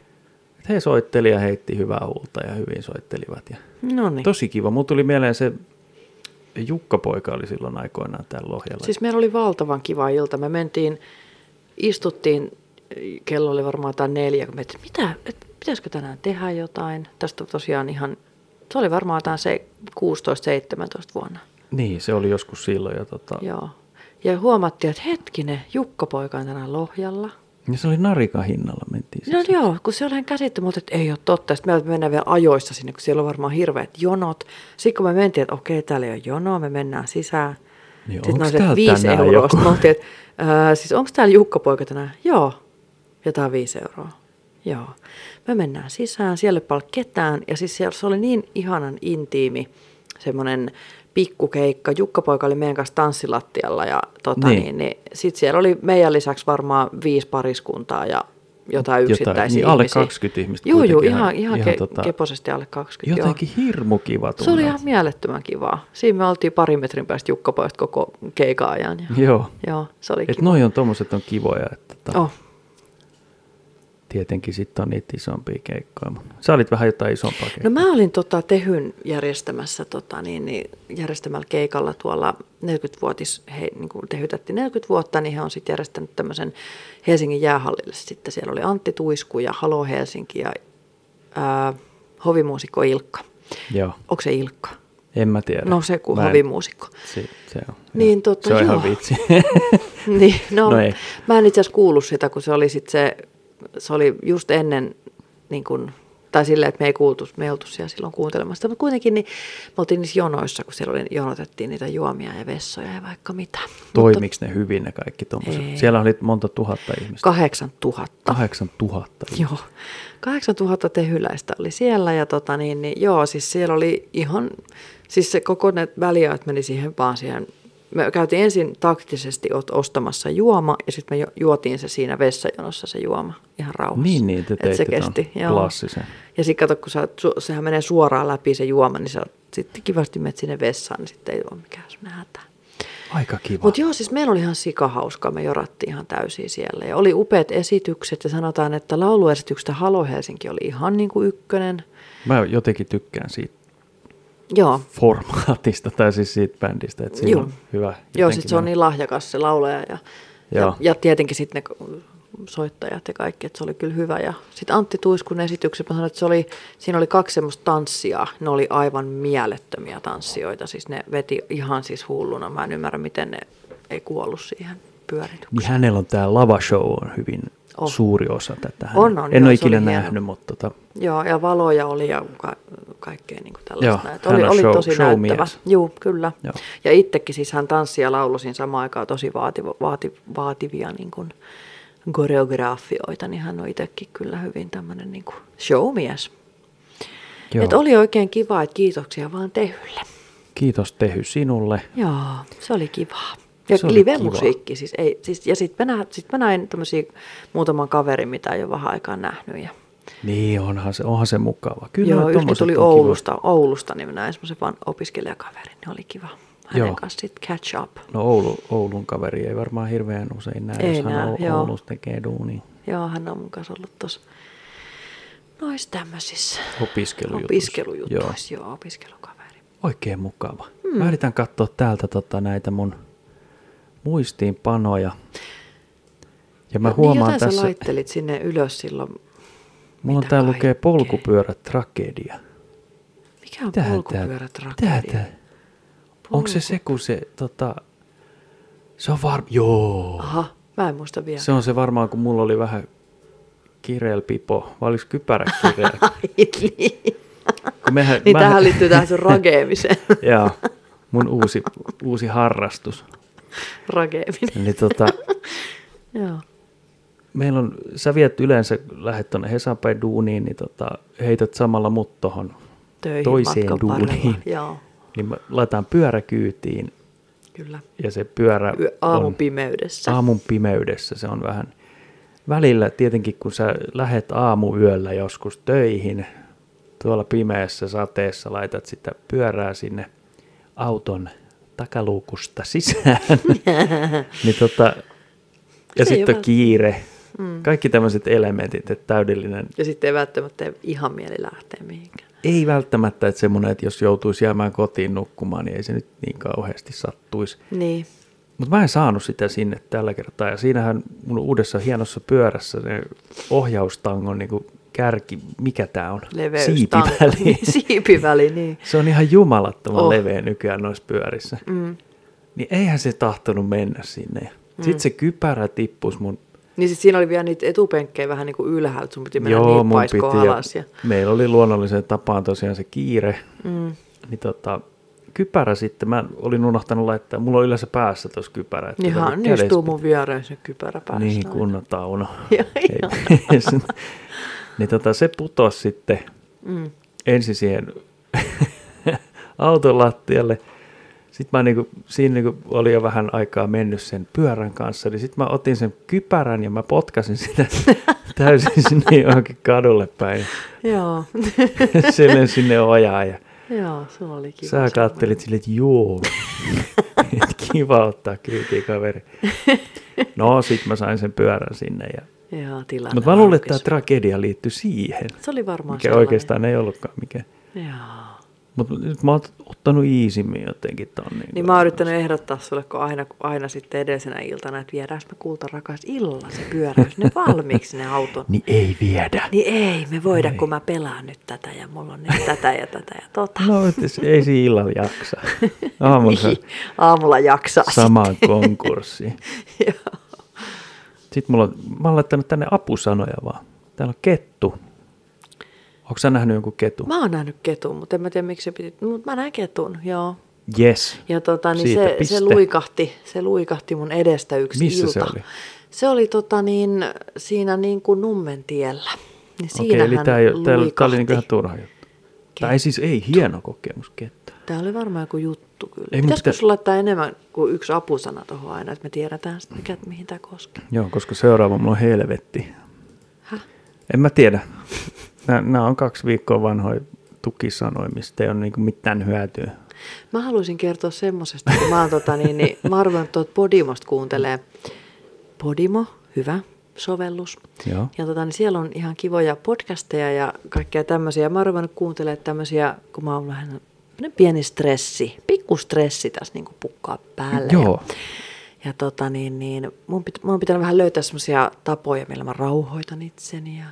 [SPEAKER 1] Et he soitteli ja heitti hyvää huulta ja hyvin soittelivat ja
[SPEAKER 2] No niin.
[SPEAKER 1] Tosi kiva. Mulla tuli mieleen se Jukka-poika oli silloin aikoinaan täällä Lohjalla. Siis...
[SPEAKER 2] Siis meillä oli valtavan kiva ilta. Me mentiin, istuttiin, kello oli varmaan jotain neljä, kun me et, mitä, et, pitäisikö tänään tehdä jotain. Tästä tosiaan ihan, se oli varmaan jotain se 16-17 vuonna.
[SPEAKER 1] Niin, se oli joskus silloin. Ja, tota...
[SPEAKER 2] Joo. Ja huomattiin, että hetkinen, Jukka-poika on tänään Lohjalla.
[SPEAKER 1] ja Niin se oli narikan hinnalla mentiin.
[SPEAKER 2] No
[SPEAKER 1] sisään.
[SPEAKER 2] joo, kun se oli ihan käsittämätöntä, että ei ole totta. Sitten me mennään vielä ajoissa sinne, kun siellä on varmaan hirveät jonot. Sitten kun me mentiin, että okei, täällä ei ole jonoa, me mennään sisään.
[SPEAKER 1] Niin,
[SPEAKER 2] Sitten
[SPEAKER 1] onks
[SPEAKER 2] naiset
[SPEAKER 1] täällä
[SPEAKER 2] viisi
[SPEAKER 1] tänään
[SPEAKER 2] euroa.
[SPEAKER 1] joku?
[SPEAKER 2] Sitten me oltiin, että ää, siis onko täällä Jukka-poika tänään? Joo. Ja tää on viisi euroa. Joo. Me mennään sisään, siellä ei ole paljon ketään. Ja siis siellä, se oli niin ihanan intiimi semmoinen pikkukeikka. Jukka-poika oli meidän kanssa tanssilattialla ja tota
[SPEAKER 1] Niin.
[SPEAKER 2] niin. niin, niin sitten siellä oli meidän lisäksi varmaan viisi pariskuntaa ja jotain
[SPEAKER 1] Jotain,
[SPEAKER 2] yksittäisiä
[SPEAKER 1] niin alle
[SPEAKER 2] ihmisiä.
[SPEAKER 1] 20 ihmistä
[SPEAKER 2] Joo, joo,
[SPEAKER 1] kuitenkin
[SPEAKER 2] ihan,
[SPEAKER 1] ihan-
[SPEAKER 2] ihan,
[SPEAKER 1] ihan
[SPEAKER 2] ihan ke-
[SPEAKER 1] tota-
[SPEAKER 2] tota... keposesti alle 20. joo.
[SPEAKER 1] Jotenkin hirmu kiva tunne.
[SPEAKER 2] Se oli ihan mielettömän kivaa. Siinä me oltiin parin metrin päästä Jukkapoista koko keikan ajan. Ja...
[SPEAKER 1] Joo.
[SPEAKER 2] Joo, se oli
[SPEAKER 1] Et
[SPEAKER 2] kiva.
[SPEAKER 1] noi on tommoset on kivoja. Että tota,
[SPEAKER 2] Oh.
[SPEAKER 1] Tietenkin sitten on niitä isompia keikkoja. mut Sä olit vähän jotain isompaa keikkaa.
[SPEAKER 2] No mä olin tota, Tehyn järjestämässä tota, niin, niin, järjestämällä keikalla tuolla 40-vuotis, he, niin kun Tehy täytti 40 vuotta, niin he on sitten järjestänyt tämmöisen Helsingin jäähallille. Sitten siellä oli Antti Tuisku ja Halo Helsinki ja ää, hovimuusikko Ilkka.
[SPEAKER 1] Joo.
[SPEAKER 2] Onko se Ilkka?
[SPEAKER 1] En mä tiedä.
[SPEAKER 2] No se kun
[SPEAKER 1] Mä en-
[SPEAKER 2] hovimuusikko. (laughs)
[SPEAKER 1] Se, se on.
[SPEAKER 2] Niin,
[SPEAKER 1] Joo.
[SPEAKER 2] tota,
[SPEAKER 1] se on ihan
[SPEAKER 2] joo. (laughs)
[SPEAKER 1] vitsi. (laughs)
[SPEAKER 2] niin, no,
[SPEAKER 1] No
[SPEAKER 2] no
[SPEAKER 1] ei.
[SPEAKER 2] mä en itse asiassa kuullut sitä, kun se oli, sit se, se oli just ennen, niin kun, tai silleen, että me ei kuultu, me ei oltu siellä silloin kuuntelemassa. sitä, Mutta kuitenkin niin, me oltiin niissä jonoissa, kun siellä oli, jonotettiin niitä juomia ja vessoja ja vaikka mitä.
[SPEAKER 1] Toimiks ne hyvin ne kaikki tommoset?
[SPEAKER 2] Ei.
[SPEAKER 1] Siellä oli monta tuhatta ihmistä.
[SPEAKER 2] Kahdeksan tuhatta.
[SPEAKER 1] Kahdeksan tuhatta ihmistä.
[SPEAKER 2] Joo, 8000 tehyläistä oli siellä ja tota niin, niin, joo, siis siellä oli ihan, siis se koko ne väliajat meni siihen vaan siihen me käytiin ensin taktisesti ot- ostamassa juoma ja sitten me ju- juotiin se siinä vessajonossa se juoma ihan rauhassa.
[SPEAKER 1] Niin, niin, te
[SPEAKER 2] Et se
[SPEAKER 1] teitte ton
[SPEAKER 2] kesti.
[SPEAKER 1] klassisen.
[SPEAKER 2] Ja sitten kato, kun sä, oot su- sehän menee suoraan läpi se juoma, niin sä sitten kivasti menet sinne vessaan, niin sitten ei ole mikään sun hätä.
[SPEAKER 1] Aika kiva.
[SPEAKER 2] Mutta joo, siis meillä oli ihan sikahauskaa, me jorattiin ihan täysin siellä. Ja oli upeat esitykset ja sanotaan, että lauluesityksestä Halo Helsinki oli ihan niin kuin ykkönen.
[SPEAKER 1] Mä jotenkin tykkään siitä
[SPEAKER 2] Joo,
[SPEAKER 1] formaatista tai siis siitä bändistä, että siinä
[SPEAKER 2] Joo.
[SPEAKER 1] on hyvä.
[SPEAKER 2] Joo,
[SPEAKER 1] jotenkin
[SPEAKER 2] sit se on
[SPEAKER 1] mennä.
[SPEAKER 2] niin lahjakas se laulaja ja, ja,
[SPEAKER 1] Joo.
[SPEAKER 2] ja tietenkin sitten ne soittajat ja kaikki, että se oli kyllä hyvä. Ja sitten Antti Tuiskun esitykset, mä sanoin, että se oli, siinä oli kaksi semmoista tanssia, ne oli aivan mielettömiä tanssijoita, siis ne veti ihan siis hulluna, mä en ymmärrä miten ne ei kuollut siihen pyöritykseen.
[SPEAKER 1] Niin hänellä on tämä lavashow on hyvin
[SPEAKER 2] On.
[SPEAKER 1] oh. suuri osa tätä.
[SPEAKER 2] On,
[SPEAKER 1] Hän-
[SPEAKER 2] on,
[SPEAKER 1] en
[SPEAKER 2] joo,
[SPEAKER 1] ole
[SPEAKER 2] se oli
[SPEAKER 1] ikinä
[SPEAKER 2] hieno.
[SPEAKER 1] nähnyt, mutta tota,
[SPEAKER 2] Joo, ja valoja oli ja ka- kaikkea niin kuin tällaista.
[SPEAKER 1] Joo,
[SPEAKER 2] Joo, oli,
[SPEAKER 1] hän on
[SPEAKER 2] oli
[SPEAKER 1] show-
[SPEAKER 2] tosi
[SPEAKER 1] showmies.
[SPEAKER 2] näyttävä. Joo, kyllä. Joo.
[SPEAKER 1] Joo.
[SPEAKER 2] Ja itsekin siis hän tanssi ja laulu siinä samaan aikaan tosi vaativa, vaati, vaativia niin kuin koreograafioita, niin hän on itsekin kyllä hyvin tämmöinen niin kuin showmies.
[SPEAKER 1] joo.
[SPEAKER 2] Et oli oikein kiva, että kiitoksia vaan Tehylle.
[SPEAKER 1] kiitos Tehy sinulle.
[SPEAKER 2] Joo, se oli kivaa. Ja
[SPEAKER 1] Se oli
[SPEAKER 2] live-musiikki siis. Ei, siis ja sitten mä, nä- sit mä näin tämmöisiä muutaman kaverin, mitä ei ole vähän aikaa nähnyt ja
[SPEAKER 1] Niin, onhan se, onhan se mukava. Kyllä
[SPEAKER 2] Joo,
[SPEAKER 1] noi
[SPEAKER 2] yksi
[SPEAKER 1] tommoset
[SPEAKER 2] tuli
[SPEAKER 1] on kivoja.
[SPEAKER 2] Oulusta, Oulusta, niin minä semmoisen vaan opiskelijakaverin, niin oli kiva. Hänen
[SPEAKER 1] Joo.
[SPEAKER 2] kanssa sitten catch up.
[SPEAKER 1] No Oulu, Oulun kaveri ei varmaan hirveän usein näe,
[SPEAKER 2] Ei
[SPEAKER 1] jos hän
[SPEAKER 2] näe,
[SPEAKER 1] Oul-
[SPEAKER 2] joo.
[SPEAKER 1] Oulussa tekee duunia.
[SPEAKER 2] Joo, hän on mun kanssa ollut tuossa noissa tämmöisissä
[SPEAKER 1] Opiskelujutuissa.
[SPEAKER 2] opiskelujutuissa. Joo. joo, opiskelukaveri.
[SPEAKER 1] Oikein mukava. Hmm. Mä yritän katsoa täältä tota, näitä mun muistiinpanoja. Ja mä
[SPEAKER 2] No,
[SPEAKER 1] huomaan
[SPEAKER 2] niin jotain sä
[SPEAKER 1] tässä,
[SPEAKER 2] laittelit sinne ylös silloin.
[SPEAKER 1] mulla on
[SPEAKER 2] mitä
[SPEAKER 1] täällä lukee
[SPEAKER 2] kaikkea.
[SPEAKER 1] polkupyörätragedia.
[SPEAKER 2] Mikä
[SPEAKER 1] Tää-
[SPEAKER 2] on
[SPEAKER 1] tää- tää-
[SPEAKER 2] polkupyörätragedia?
[SPEAKER 1] tää- Onko se se, kun se, tota, se on var... Joo.
[SPEAKER 2] Aha, mä en muista vielä. (laughs)
[SPEAKER 1] Se on se varmaan, kun mulla oli vähän kirelpipo, vai oliko kypärä kirel?
[SPEAKER 2] niin,
[SPEAKER 1] Kun mehän,
[SPEAKER 2] niin tähän liittyy tähän sun (laughs) rageemiseen.
[SPEAKER 1] (laughs) Joo, mun uusi, uusi harrastus. (laughs)
[SPEAKER 2] Rageeminen.
[SPEAKER 1] Eli tota,
[SPEAKER 2] Joo.
[SPEAKER 1] meillä on, sä viet yleensä, lähet tuonne Hesapäin duuniin, niin tota, heität samalla mut tohon
[SPEAKER 2] Töihin
[SPEAKER 1] toiseen
[SPEAKER 2] matkan
[SPEAKER 1] duuniin.
[SPEAKER 2] varrella. Joo,
[SPEAKER 1] Niin mä laitan pyöräkyytiin
[SPEAKER 2] kyllä.
[SPEAKER 1] ja se pyörä
[SPEAKER 2] Yö,
[SPEAKER 1] on
[SPEAKER 2] aamun pimeydessä.
[SPEAKER 1] aamun pimeydessä. Se on vähän välillä tietenkin, kun sä lähet aamuyöllä joskus töihin, tuolla pimeässä sateessa laitat sitä pyörää sinne auton takaluukusta
[SPEAKER 2] (laughs)
[SPEAKER 1] sisään. niin tota, ja
[SPEAKER 2] Se ei
[SPEAKER 1] sitten
[SPEAKER 2] ole- Mm.
[SPEAKER 1] on kiire. Kaikki tämmöiset elementit, että täydellinen
[SPEAKER 2] Ja sitten ei välttämättä ihan mieli lähteä mihinkään.
[SPEAKER 1] ei välttämättä, että semmoinen, että jos joutuisi jäämään kotiin nukkumaan, niin ei se nyt niin kauheasti sattuisi.
[SPEAKER 2] Niin.
[SPEAKER 1] Mutta mä en saanut sitä sinne tällä kertaa. Ja siinähän mun uudessa hienossa pyörässä ne ohjaustangon niin kärki, mikä tää on?
[SPEAKER 2] Leveys. tank-
[SPEAKER 1] Siipiväli.
[SPEAKER 2] (laughs) Niin, siipiväli, niin.
[SPEAKER 1] se on ihan jumalattoman
[SPEAKER 2] Oh.
[SPEAKER 1] oh. leveä nykyään noissa pyörissä.
[SPEAKER 2] Mm.
[SPEAKER 1] Niin eihän se tahtonut mennä sinne. Ja Sitten se kypärä tippus mun...
[SPEAKER 2] Niin sit siinä oli vielä niitä etupenkkejä vähän niin kuin ylhäältä, sun piti mennä niin paiskoon alas. Ja...
[SPEAKER 1] meillä oli luonnolliseen tapaan tosiaan se kiire.
[SPEAKER 2] Mm.
[SPEAKER 1] Niin tota, kypärä sitten, mä olin unohtanut laittaa, mulla on yleensä päässä tuossa kypärä. että tota
[SPEAKER 2] Ihan niin
[SPEAKER 1] kädessä
[SPEAKER 2] istuu mun viereen se kypärä päässä.
[SPEAKER 1] Niin, kunnon tauno.
[SPEAKER 2] (laughs) Joo,
[SPEAKER 1] Ei edes. (laughs) niin tota, se putosi sitten
[SPEAKER 2] Mm.
[SPEAKER 1] ensin siihen (laughs) auton lattialle. Sitten mä niinku, siinä niinku oli jo vähän aikaa mennyt sen pyörän kanssa, niin sitten mä otin sen kypärän ja mä potkasin sitä
[SPEAKER 2] (laughs)
[SPEAKER 1] täysin sinne johonkin kadulle päin. (laughs)
[SPEAKER 2] Joo, (laughs)
[SPEAKER 1] Silleen sinne ojaan ja
[SPEAKER 2] joo, sulla oli kiva.
[SPEAKER 1] sä kattelit silleen, että joo, (laughs) Et kiva ottaa kyytiä
[SPEAKER 2] (laughs)
[SPEAKER 1] kaveri. No sit mä sain sen pyörän sinne ja
[SPEAKER 2] Joo, tilanne
[SPEAKER 1] mutta mä luulen, että tämä
[SPEAKER 2] aukesi.
[SPEAKER 1] tragedia liittyi siihen,
[SPEAKER 2] Se oli varmaan
[SPEAKER 1] mikä
[SPEAKER 2] sellainen.
[SPEAKER 1] oikeastaan ei ollutkaan mikä.
[SPEAKER 2] Joo.
[SPEAKER 1] Mutta nyt mä oon ottanut iisimmin jotenkin ton. Niin,
[SPEAKER 2] Niin mä oon yrittänyt ehdottaa sulle, kun aina, kun aina sitten edellisenä iltana, että viedään me kulta rakas illalla se pyörä sinne valmiiksi ne auton.
[SPEAKER 1] (laughs) Niin ei viedä.
[SPEAKER 2] Niin ei, me voida, kun mä pelaan nyt tätä ja mulla on nyt tätä ja tätä ja tota.
[SPEAKER 1] No, et se- ei siinä illalla
[SPEAKER 2] (laughs)
[SPEAKER 1] jaksa. Aamulla
[SPEAKER 2] Niin, aamulla jaksaa
[SPEAKER 1] samaan konkurssiin.
[SPEAKER 2] sitten. (laughs) Joo.
[SPEAKER 1] Sitten mulla on, mä oon laittanut tänne apusanoja vaan. Täällä on kettu. Onko sä nähnyt jonkun ketun?
[SPEAKER 2] Mä oon nähnyt ketun, mutta en mä tiedä miksi se piti, mutta mä näin ketun, joo.
[SPEAKER 1] Yes.
[SPEAKER 2] Ja tota, niin
[SPEAKER 1] Siitä
[SPEAKER 2] se, se,
[SPEAKER 1] piste.
[SPEAKER 2] luikahti, se luikahti mun edestä yksi
[SPEAKER 1] Missä se
[SPEAKER 2] ilta.
[SPEAKER 1] oli?
[SPEAKER 2] Se oli tota, niin, siinä niin kuin Nummentiellä. Niin
[SPEAKER 1] Okei, eli
[SPEAKER 2] siinähän
[SPEAKER 1] tää, ei, ole- tää, oli- niinku tää oli
[SPEAKER 2] luikahti.
[SPEAKER 1] niinku ihan turha juttu. Tai siis ei hieno kokemus ketään.
[SPEAKER 2] Tämä oli varmaan joku juttu kyllä.
[SPEAKER 1] Ei
[SPEAKER 2] Ei,
[SPEAKER 1] mun
[SPEAKER 2] Pitäisikö
[SPEAKER 1] pitä-
[SPEAKER 2] pitä... sulla laittaa enemmän kuin yksi apusana tuohon aina, että me tiedetään sitten, mikä, mihin tämä koskee?
[SPEAKER 1] Joo, koska seuraava mulla on helvetti.
[SPEAKER 2] Häh?
[SPEAKER 1] En mä tiedä. Nämä, nämä on kaksi viikkoa vanhoja tukisanoja, mistä ei ole niin mitään hyötyä.
[SPEAKER 2] Mä haluaisin kertoa semmoisesta, kun mä, oon tota, niin, niin, mä arvan, että tuot Podimosta kuuntelee. Podimo, hyvä sovellus.
[SPEAKER 1] Joo.
[SPEAKER 2] Ja tota, niin siellä on ihan kivoja podcasteja ja kaikkea tämmöisiä. Mä oon ruvennut kuuntelemaan tämmöisiä, kun mä oon vähän semmonen pieni stressi, pikku stressi tässä niin pukkaa päälle.
[SPEAKER 1] Joo.
[SPEAKER 2] Ja, ja tota, niin, niin, mun, pit, mun on pitänyt vähän löytää semmoisia tapoja, millä mä rauhoitan itseni ja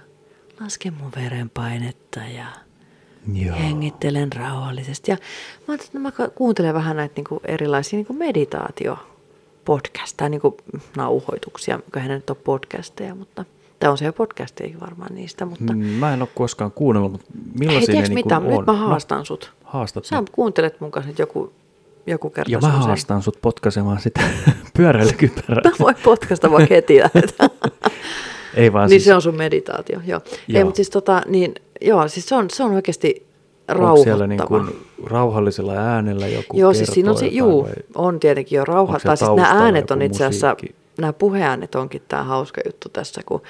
[SPEAKER 2] lasken mun verenpainetta ja
[SPEAKER 1] Joo.
[SPEAKER 2] hengittelen rauhallisesti. Ja mä ajattelin, että no mä ka- kuuntelen vähän näitä niin erilaisia niin meditaatio podcasteja, niin nauhoituksia, mikä ne nyt on podcasteja, mutta tämä on se podcast, ei varmaan niistä, mutta
[SPEAKER 1] Mm, Mä en ole koskaan kuunnellut, mutta
[SPEAKER 2] hei,
[SPEAKER 1] millaisia ne
[SPEAKER 2] tiedätkö
[SPEAKER 1] niin
[SPEAKER 2] mitä,
[SPEAKER 1] on?
[SPEAKER 2] nyt mä haastan sut.
[SPEAKER 1] haastat
[SPEAKER 2] Sä
[SPEAKER 1] mut.
[SPEAKER 2] kuuntelet mun kanssa nyt joku, joku kerta.
[SPEAKER 1] Ja mä
[SPEAKER 2] semmosen-
[SPEAKER 1] haastan sut potkaisemaan sitä (laughs) pyöräilykypärää.
[SPEAKER 2] (laughs) Mä voin podcasta vaan heti
[SPEAKER 1] (laughs)
[SPEAKER 2] lähetä.
[SPEAKER 1] Ei vaan
[SPEAKER 2] Niin
[SPEAKER 1] siis,
[SPEAKER 2] se on sun meditaatio, joo. joo. Ei,
[SPEAKER 1] Joo.
[SPEAKER 2] mutta siis tota, niin, joo, siis se on, se on oikeasti
[SPEAKER 1] onko
[SPEAKER 2] rauhoittava.
[SPEAKER 1] siellä niin kuin rauhallisella äänellä joku
[SPEAKER 2] Joo, siis
[SPEAKER 1] kertoo
[SPEAKER 2] siinä on se,
[SPEAKER 1] jotain
[SPEAKER 2] juu,
[SPEAKER 1] vai-
[SPEAKER 2] on tietenkin jo rauha.
[SPEAKER 1] onko siellä
[SPEAKER 2] Tai siis nämä
[SPEAKER 1] taustalla
[SPEAKER 2] äänet
[SPEAKER 1] joku
[SPEAKER 2] on itse asiassa,
[SPEAKER 1] musiikki?
[SPEAKER 2] nämä puheäänet onkin tämä hauska juttu tässä, kun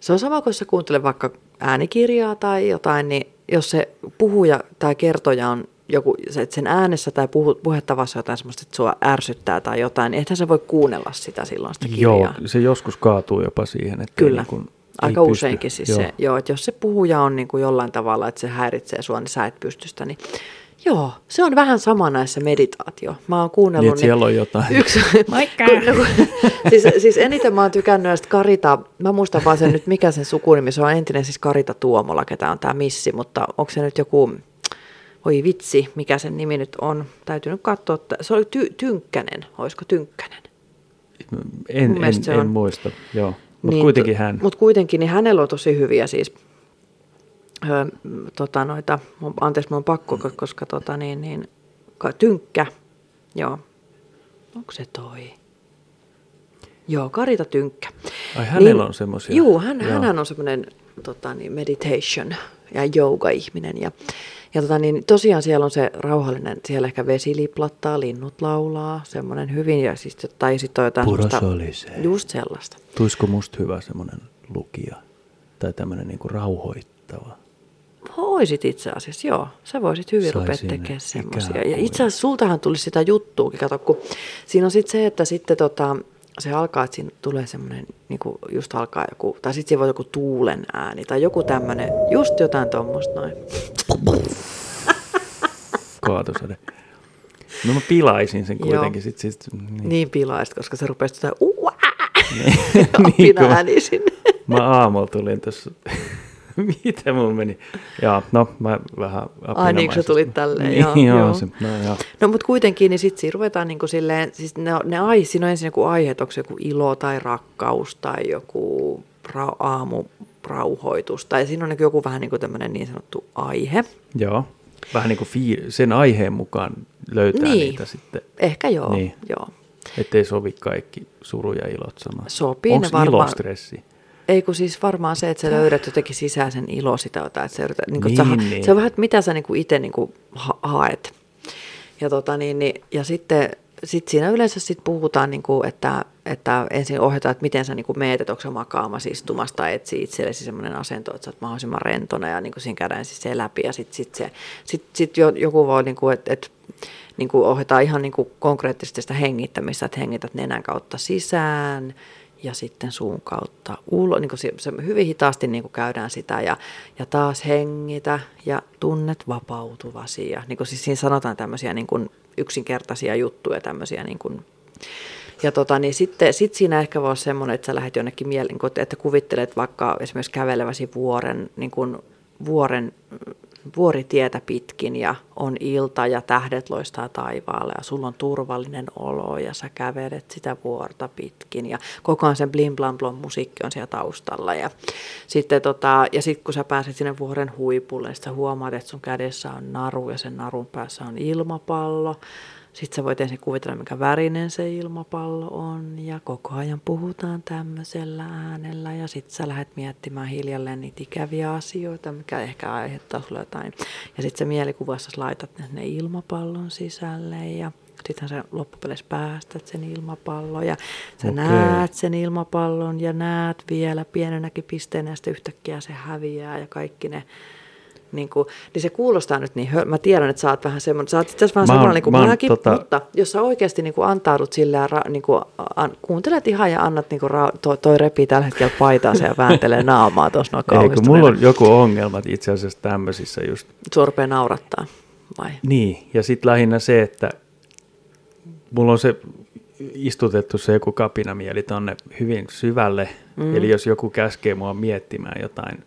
[SPEAKER 2] se on sama, kun jos sä kuuntelet vaikka äänikirjaa tai jotain, niin jos se puhuja tai kertoja on joku, se, että sen äänessä tai puhu, puhettavassa jotain semmoista, että sua ärsyttää tai jotain, niin ethän sä voi kuunnella sitä silloin sitä kirjaa.
[SPEAKER 1] Joo, se joskus kaatuu jopa siihen, että
[SPEAKER 2] Kyllä,
[SPEAKER 1] niin kuin,
[SPEAKER 2] aika
[SPEAKER 1] ei
[SPEAKER 2] useinkin
[SPEAKER 1] pysty.
[SPEAKER 2] siis joo. se, joo, että jos se puhuja on niin kuin jollain tavalla, että se häiritsee sua, niin sä et pysty sitä, niin joo, se on vähän sama näissä meditaatio. Mä oon kuunnellut...
[SPEAKER 1] Niin, että siellä on jotain.
[SPEAKER 2] (laughs) Yksi, Moikka! Kun, no, kun, siis, siis eniten mä oon tykännyt näistä Karita, mä muistan vaan sen nyt, mikä sen sukunimi, se on entinen siis Karita Tuomola, ketä on tämä missi, mutta onko se nyt joku, voi vitsi, mikä sen nimi nyt on, täytyy nyt katsoa, että se oli ty, Tynkkänen, olisiko Tynkkänen? Mun
[SPEAKER 1] En, en,
[SPEAKER 2] mielestä se
[SPEAKER 1] en
[SPEAKER 2] on.
[SPEAKER 1] muista, joo. Mutta niin, kuitenkin hän.
[SPEAKER 2] Mutta kuitenkin, niin hänellä on tosi hyviä siis, ö, m, tota noita, mun- anteeksi mun on pakko, ko- koska tota niin, niin, ka- tynkkä, joo, onko se toi? Joo, Karita Tynkkä. Niin,
[SPEAKER 1] Ai, hänellä on semmosia.
[SPEAKER 2] Juu, hän,
[SPEAKER 1] Joo.
[SPEAKER 2] hänhän on semmoinen tota niin, meditation ja yoga-ihminen. Ja, ja tota niin, tosiaan siellä on se rauhallinen, siellä ehkä vesi liplattaa, linnut laulaa, semmoinen hyvin. Ja siis, tai sitten on jotain
[SPEAKER 1] Puros
[SPEAKER 2] semmoista-
[SPEAKER 1] oli se.
[SPEAKER 2] Just sellaista.
[SPEAKER 1] Tuisiko musta hyvä semmoinen lukija tai tämmöinen niinku rauhoittava?
[SPEAKER 2] Voisit itse asiassa, joo. Sä voisit hyvin
[SPEAKER 1] Saisin
[SPEAKER 2] rupea tekemään
[SPEAKER 1] ikää
[SPEAKER 2] semmoisia. Ja
[SPEAKER 1] kuin-
[SPEAKER 2] itse asiassa sultahan tuli sitä juttuukin, kato, kun siinä on sitten se, että sitten tota, se alkaa, että siinä tulee semmoinen, niin just alkaa joku, tai sitten siinä voi joku tuulen ääni tai joku tämmöinen, just jotain tuommoista noin.
[SPEAKER 1] Niin. Kaatosade. No mä pilaisin sen
[SPEAKER 2] Joo.
[SPEAKER 1] kuitenkin. Sit, sit, niin.
[SPEAKER 2] Niin, niin pilaista, koska se rupesi
[SPEAKER 1] (laughs)
[SPEAKER 2] tota, uaa, (laughs)
[SPEAKER 1] Niin,
[SPEAKER 2] niin
[SPEAKER 1] kun mä-
[SPEAKER 2] ääni sinne.
[SPEAKER 1] Mä aamulla tulin tuossa. (laughs) Mitä mun meni? Joo, no mä vähän
[SPEAKER 2] Ai niin, kun sä
[SPEAKER 1] apinamaisesti-
[SPEAKER 2] tulit tälleen,
[SPEAKER 1] Niin,
[SPEAKER 2] joo,
[SPEAKER 1] joo,
[SPEAKER 2] joo.
[SPEAKER 1] Se, no, joo.
[SPEAKER 2] No mutta kuitenkin, niin sitten siinä ruvetaan niin kuin silleen, siis ne, on- ne ai, siinä on ensin joku aihe, että onko se joku ilo tai rakkaus tai joku ra, aamurauhoitus. Tai siinä on niin kuin joku vähän niin kuin tämmöinen niin sanottu aihe.
[SPEAKER 1] joo. Vähän niin kuin fii- sen aiheen mukaan löytää niin.
[SPEAKER 2] Niin.
[SPEAKER 1] niitä sitten.
[SPEAKER 2] Ehkä joo,
[SPEAKER 1] Niin.
[SPEAKER 2] niin. joo.
[SPEAKER 1] Ettei sovi kaikki suru ja ilot sama.
[SPEAKER 2] Sopii ne
[SPEAKER 1] Onko ilo
[SPEAKER 2] varmaan.
[SPEAKER 1] stressi?
[SPEAKER 2] Ei kun siis varmaan se, että sä löydät jotenkin sisäisen ilo sitä jotain, että sä yrität, niin niin,
[SPEAKER 1] Niin,
[SPEAKER 2] sä,
[SPEAKER 1] niin.
[SPEAKER 2] niin. se on vähän, että mitä sä niin itse niin ha- haet. Ja, tota, niin, niin, ja sitten sit siinä yleensä sit puhutaan, niin kuin, että, että ensin ohjataan, että miten sä niin kuin meet, että onko sä makaamassa istumassa tai etsi itsellesi sellainen asento, että sä oot mahdollisimman rentona ja niin kuin siinä käydään siis se läpi. Ja sitten sit se, sit, sit jo, joku voi, niin kuin, että, että niin kuin ohjataan ihan niin kuin konkreettisesti sitä hengittämistä, että hengität nenän kautta sisään ja sitten suun kautta ulos. Niin kuin se, se hyvin hitaasti niin kuin käydään sitä ja, ja taas hengitä ja tunnet vapautuvasi. Ja, niin kuin siis siinä sanotaan tämmöisiä niin kuin yksinkertaisia juttuja, tämmöisiä niin kuin ja tota, niin sitten sit siinä ehkä voi olla semmoinen, että sä lähdet jonnekin mieleen, niin kun, että kuvittelet vaikka esimerkiksi käveleväsi vuoren, niin kun, vuoren, vuoritietä pitkin ja on ilta ja tähdet loistaa taivaalla ja sulla on turvallinen olo ja sä kävelet sitä vuorta pitkin ja koko ajan sen blim blam blom musiikki on siellä taustalla ja sitten tota, ja sit kun sä pääset sinne vuoren huipulle, niin sit sä huomaat, että sun kädessä on naru ja sen narun päässä on ilmapallo Sitten sä voit ensin kuvitella, mikä värinen se ilmapallo on ja koko ajan puhutaan tämmöisellä äänellä ja sitten sä lähdet miettimään hiljalleen niitä ikäviä asioita, mikä ehkä aiheuttaa sulle jotain. Ja sitten sä mielikuvassa laitat ne sinne ilmapallon sisälle ja sittenhän sä loppupeleissä päästät sen ilmapallon ja sä
[SPEAKER 1] Okei.
[SPEAKER 2] okay. näet sen ilmapallon ja näet vielä pienenäkin pisteenä ja sitten yhtäkkiä se häviää ja kaikki ne niin, kuin, niin se kuulostaa nyt niin, hö- mä tiedän, että sä oot vähän semmoinen, sä oot itse asiassa vähän
[SPEAKER 1] Mä oon-
[SPEAKER 2] samalla niin kuin
[SPEAKER 1] mä oon
[SPEAKER 2] minäkin,
[SPEAKER 1] tota-
[SPEAKER 2] mutta jos sä oikeasti niin kuin antaudut sillä ja ra, niin kuin, an, kuuntelet ihan ja annat, niin kuin ra, toi, toi repii tällä hetkellä paitaansa ja
[SPEAKER 1] (laughs)
[SPEAKER 2] vääntelee naamaa tuossa noin
[SPEAKER 1] Ei, kun mulla
[SPEAKER 2] kauhistuneena.
[SPEAKER 1] on joku ongelma että itse asiassa tämmöisissä just.
[SPEAKER 2] Sua rupeaa naurattaa, vai?
[SPEAKER 1] Niin, ja sitten lähinnä se, että mulla on se istutettu se joku kapinamieli tonne hyvin syvälle. Mm. Eli jos joku käskee mua miettimään jotain.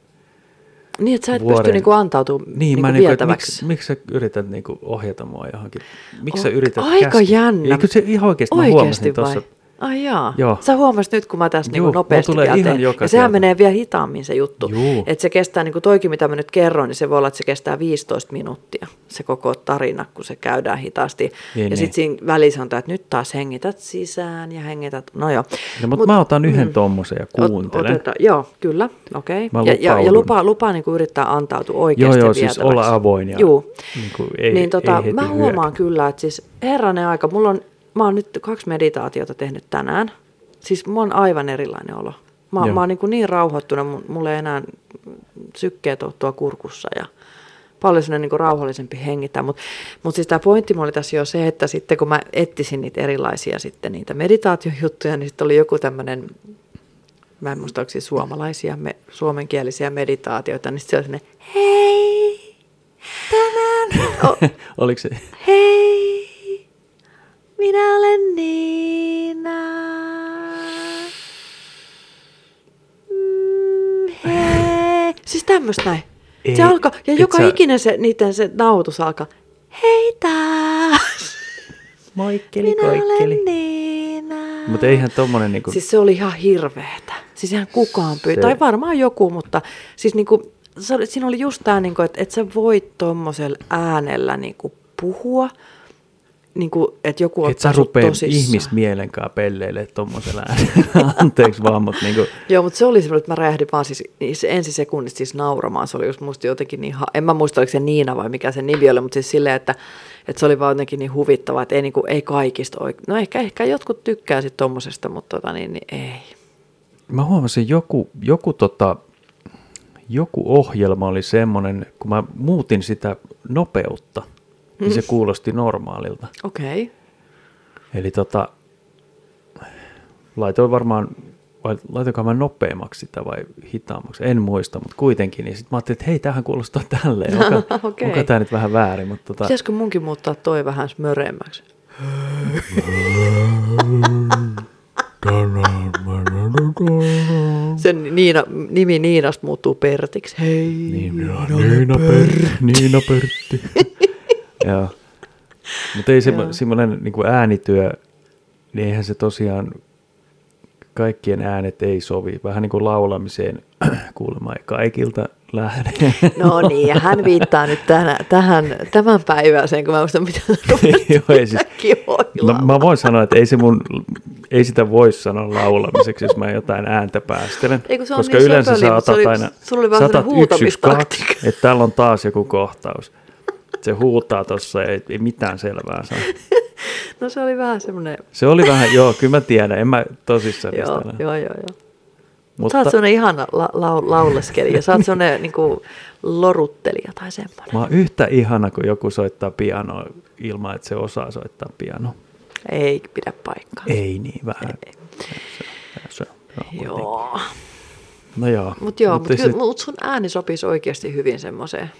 [SPEAKER 2] Niin, että sä et
[SPEAKER 1] Vuoren-
[SPEAKER 2] pysty niin kuin antautumaan
[SPEAKER 1] Niin, niin mä niinku, että miksi,
[SPEAKER 2] vietäväksi.
[SPEAKER 1] miksi sä yrität niinku ohjata mua johonkin? Miksi sä
[SPEAKER 2] O-
[SPEAKER 1] yrität
[SPEAKER 2] Aika
[SPEAKER 1] käskeä?
[SPEAKER 2] jännä.
[SPEAKER 1] Eikö se ihan oikeasti, mä huomasin tuossa.
[SPEAKER 2] Ai jaa.
[SPEAKER 1] Joo.
[SPEAKER 2] Joo. Sä huomasit nyt, kun mä tässä
[SPEAKER 1] Juu,
[SPEAKER 2] niin
[SPEAKER 1] mulla
[SPEAKER 2] nopeasti
[SPEAKER 1] tulee ihan
[SPEAKER 2] teen.
[SPEAKER 1] joka
[SPEAKER 2] Ja sehän
[SPEAKER 1] kerta.
[SPEAKER 2] menee vielä hitaammin se juttu.
[SPEAKER 1] Juu.
[SPEAKER 2] Että se kestää, niin kuin toikin mitä mä nyt kerroin, niin se voi olla, että se kestää 15 minuuttia. Se koko tarina, kun se käydään hitaasti.
[SPEAKER 1] Niin,
[SPEAKER 2] ja
[SPEAKER 1] niin.
[SPEAKER 2] sitten siinä välissä on tää, että nyt taas hengität sisään ja hengität. No joo.
[SPEAKER 1] No, mutta Mut, mä otan yhden mm, tommosen ja kuuntelen.
[SPEAKER 2] Ot, otetaan- joo, kyllä, okei.
[SPEAKER 1] Mä
[SPEAKER 2] Okay. Ja, ja, ja
[SPEAKER 1] lupaudun.
[SPEAKER 2] lupa, lupa niin kuin yrittää antautua
[SPEAKER 1] Joo,
[SPEAKER 2] oikeasti
[SPEAKER 1] joo, siis
[SPEAKER 2] vietäväksi.
[SPEAKER 1] olla avoin ja
[SPEAKER 2] Juu
[SPEAKER 1] niin kuin, ei,
[SPEAKER 2] niin tota,
[SPEAKER 1] ei heti
[SPEAKER 2] mä huomaan kyllä, että siis herranen aika, mulla on, mä oon nyt kaksi meditaatiota tehnyt tänään. Siis mulla on aivan erilainen olo. Mä,
[SPEAKER 1] Joo.
[SPEAKER 2] mä oon niin, kuin niin rauhoittunut, mu- mulla ei enää sykkeet ole tuolla kurkussa ja paljon sinne niin kuin rauhallisempi hengittää. Mutta mut siis tämä pointti mulla oli tässä jo se, että sitten kun mä ettisin niitä erilaisia sitten niitä meditaatiojuttuja, niin sitten oli joku tämmöinen mä en muista, onko siis suomalaisia, me, suomenkielisiä meditaatioita, niin sitten se oli sinne, hei, (laughs) tänään, o,
[SPEAKER 1] (laughs) Oliko se?
[SPEAKER 2] hei, minä olen Niina. Mm, hei. (laughs) Siis tämmöistä näin.
[SPEAKER 1] Ei,
[SPEAKER 2] Ei, se alkaa, ja
[SPEAKER 1] et
[SPEAKER 2] joka
[SPEAKER 1] sä-
[SPEAKER 2] sä... ikinen se, niiden se nautus alkaa, hei taas,
[SPEAKER 1] Moikkeli,
[SPEAKER 2] minä olen Niina.
[SPEAKER 1] Mutta eihän tommonen niinku, siis,
[SPEAKER 2] Siis se oli ihan hirveetä. Siis ihan kukaan
[SPEAKER 1] Se-
[SPEAKER 2] pyy... Tai varmaan joku, mutta siis niinku, se oli- siinä oli just tämä, niinku, että et sä voit tuommoisella äänellä niinku puhua, niinku, että joku
[SPEAKER 1] et sä
[SPEAKER 2] ottaa sut
[SPEAKER 1] rupee
[SPEAKER 2] tosissaan.
[SPEAKER 1] ihmismielenkaan pelleilee tommosella äänellä. (laughs) Anteeksi vaan, mutta niinku,
[SPEAKER 2] Joo, mutta se oli semmoinen, että mä räjähdin vaan siis niissä ensi sekunnissa siis nauramaan. Se oli just musta jotenkin niin, ha- en mä muista oliko se Niina vai mikä sen nimi oli, mutta siis silleen, että, että se oli vaan jotenkin niin huvittavaa, että ei, niinku, ei kaikista oikein. No ehkä, ehkä jotkut tykkää sitten tommosesta, mutta tota, niin, niin ei.
[SPEAKER 1] mä huomasin joku, joku tota, joku ohjelma oli semmonen, kun mä muutin sitä nopeutta, niin
[SPEAKER 2] Mm.
[SPEAKER 1] se kuulosti normaalilta.
[SPEAKER 2] Okei. Okay.
[SPEAKER 1] Eli tota, laitoin varmaan, vai laitoinko mä nopeammaksi sitä vai hitaammaksi, en muista, mutta kuitenkin. Niin sitten mä ajattelin, että hei, tähän kuulostaa
[SPEAKER 2] (laughs)
[SPEAKER 1] tälleen, onko, okay.
[SPEAKER 2] Okei.
[SPEAKER 1] onko tämä nyt vähän väärin, mutta tota,
[SPEAKER 2] Pitäisikö munkin muuttaa toi vähän smöremmäksi? Sen Niina, nimi Niinasta muuttuu Pertiksi. Hei.
[SPEAKER 1] Niin, minä olen Niina Pertti. Niina
[SPEAKER 2] (laughs)
[SPEAKER 1] Pertti. Joo. Mutta ei semmo-
[SPEAKER 2] Joo.
[SPEAKER 1] semmoinen niin äänityö, niin eihän se tosiaan, kaikkien äänet ei sovi. Vähän niin kuin laulamiseen (clears throat) kuulemma ei kaikilta lähde.
[SPEAKER 2] No niin, ja hän viittaa nyt tänä, tähän, tämän päiväiseen, kun mä muistan, mitä
[SPEAKER 1] Joo, (laughs) ei siis- No,
[SPEAKER 2] kihoilla.
[SPEAKER 1] mä voin sanoa, että ei, se mun, ei sitä voi sanoa laulamiseksi, jos mä jotain ääntä päästelen.
[SPEAKER 2] Ei, kun se on
[SPEAKER 1] koska
[SPEAKER 2] niin
[SPEAKER 1] yleensä
[SPEAKER 2] söpöli,
[SPEAKER 1] sä
[SPEAKER 2] mut se
[SPEAKER 1] otat
[SPEAKER 2] oli-
[SPEAKER 1] aina,
[SPEAKER 2] sulla oli vähän
[SPEAKER 1] sä otat
[SPEAKER 2] sellainen
[SPEAKER 1] yksi, yksi, kaksi,
[SPEAKER 2] huutamistaktiikka.
[SPEAKER 1] että täällä on taas joku kohtaus. Se huutaa tuossa, ei, ei mitään selvää saa.
[SPEAKER 2] no se oli vähän semmoinen,
[SPEAKER 1] Se oli vähän, joo, kyllä mä tiedän, en mä tosissaan
[SPEAKER 2] joo,
[SPEAKER 1] pistä enää.
[SPEAKER 2] joo, joo, joo. Mutta... Sä oot
[SPEAKER 1] Mutta
[SPEAKER 2] semmoinen ihana la, la, lauleskeli ja sä
[SPEAKER 1] (laughs)
[SPEAKER 2] oot semmoinen niin kuin, loruttelija tai semmoinen.
[SPEAKER 1] mä oon yhtä ihana, kun joku soittaa pianoa ilman, että se osaa soittaa pianoa.
[SPEAKER 2] Ei pidä paikkaa.
[SPEAKER 1] Ei niin vähän. Se, se, se, joo.
[SPEAKER 2] Joo.
[SPEAKER 1] No joo.
[SPEAKER 2] Mutta joo,
[SPEAKER 1] mut ei
[SPEAKER 2] mutta
[SPEAKER 1] se-
[SPEAKER 2] mut, mut sun ääni sopisi oikeasti hyvin semmoiseen.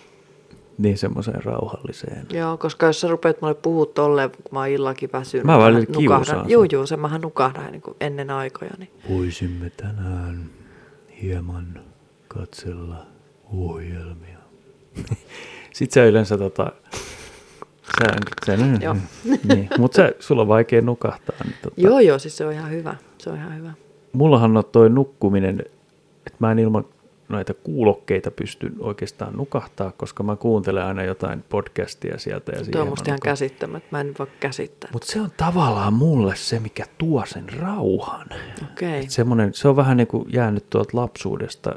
[SPEAKER 1] Niin semmoiseen rauhalliseen.
[SPEAKER 2] Joo, koska jos sä rupeat mulle puhua tolleen, kun mä oon illakin väsynyt.
[SPEAKER 1] Mä välillä kiusaan
[SPEAKER 2] nukahdan.
[SPEAKER 1] sua.
[SPEAKER 2] Joo, joo, se mähän nukahdan niin ennen aikoja. Niin.
[SPEAKER 1] Voisimme tänään hieman katsella (laughs) ohjelmia. Sitten sä yleensä tota... Sä, sä,
[SPEAKER 2] Joo.
[SPEAKER 1] niin, mutta sulla on vaikea nukahtaa. Niin tota,
[SPEAKER 2] Joo, joo, siis se on ihan hyvä. Se on ihan hyvä.
[SPEAKER 1] Mullahan on toi nukkuminen, että mä en ilman noita kuulokkeita pysty oikeastaan nukahtaa, koska mä kuuntelen aina jotain podcastia sieltä. Ja
[SPEAKER 2] Tuo on musta ihan käsittämättä. Mä en voi käsittää.
[SPEAKER 1] Mutta se on tavallaan mulle se, mikä tuo sen rauhan.
[SPEAKER 2] Okei.
[SPEAKER 1] Et semmonen, se on vähän niin kuin jäänyt tuolta lapsuudesta.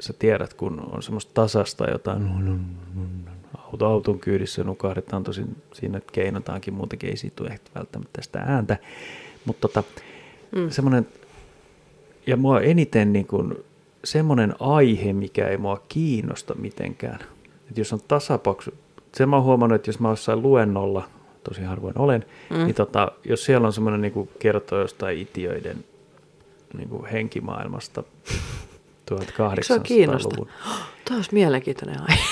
[SPEAKER 1] Sä tiedät, kun on semmoista tasasta jotain auto auton kyydissä nukahdetaan, tosin siinä keinotaankin muutenkin, ei siitä tule ehkä välttämättä sitä ääntä. Mutta tota, mm. semmoinen, ja mua eniten niin kuin, semmoinen aihe, mikä ei mua kiinnosta mitenkään. Et jos on tasapaksu, sen mä oon huomannut, että jos mä oon jossain luennolla, tosi harvoin olen, mm. niin tota, jos siellä on semmoinen niin kuin kertoo jostain itioiden niin kuin
[SPEAKER 2] (laughs)
[SPEAKER 1] henkimaailmasta
[SPEAKER 2] Eikö se ole kiinnosta? (gasps)
[SPEAKER 1] 1800-luvun.
[SPEAKER 2] Tuo olisi mielenkiintoinen aihe.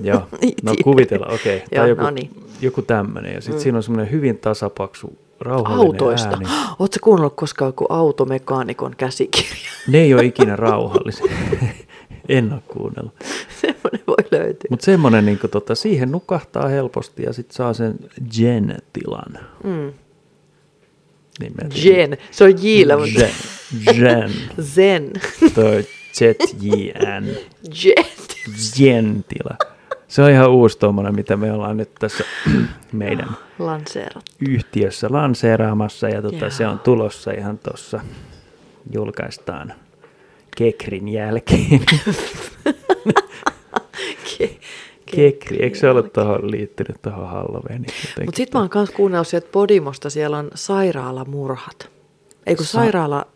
[SPEAKER 1] Joo, no
[SPEAKER 2] Itioiden.
[SPEAKER 1] kuvitella, okei. Okay.
[SPEAKER 2] Joo,
[SPEAKER 1] joku,
[SPEAKER 2] no niin.
[SPEAKER 1] joku tämmöinen. Ja sitten mm. siinä on semmoinen hyvin tasapaksu, rauhallinen
[SPEAKER 2] Autoista.
[SPEAKER 1] ääni.
[SPEAKER 2] Oletko kuunnellut koskaan joku automekaanikon käsikirja? (laughs)
[SPEAKER 1] Ne ei ole ikinä rauhallisia. (laughs) en ole kuunnellut.
[SPEAKER 2] Semmoinen voi löytyä.
[SPEAKER 1] Mutta semmoinen, niin tota, siihen nukahtaa helposti ja sitten saa sen gen-tilan.
[SPEAKER 2] Mm.
[SPEAKER 1] Nimeltä.
[SPEAKER 2] Jen. Se on jillä, mutta
[SPEAKER 1] Gen. Gen.
[SPEAKER 2] zen. (laughs)
[SPEAKER 1] Toi Z-J-N.
[SPEAKER 2] Jet.
[SPEAKER 1] Gen-tila. Se on ihan uusi tuommoinen, mitä me ollaan nyt tässä meidän
[SPEAKER 2] Lanseerat.
[SPEAKER 1] yhtiössä lanseeraamassa ja tota,
[SPEAKER 2] Jaa.
[SPEAKER 1] se on tulossa ihan tuossa julkaistaan Kekrin jälkeen.
[SPEAKER 2] Ke-
[SPEAKER 1] Kekri, eikö se ole tuohon liittynyt tuohon Halloweeniin? jotenkin?
[SPEAKER 2] Mutta sitten mä oon myös kuunnellut sieltä Podimosta, siellä on sairaalamurhat. Eikö
[SPEAKER 1] Sa-
[SPEAKER 2] sairaala,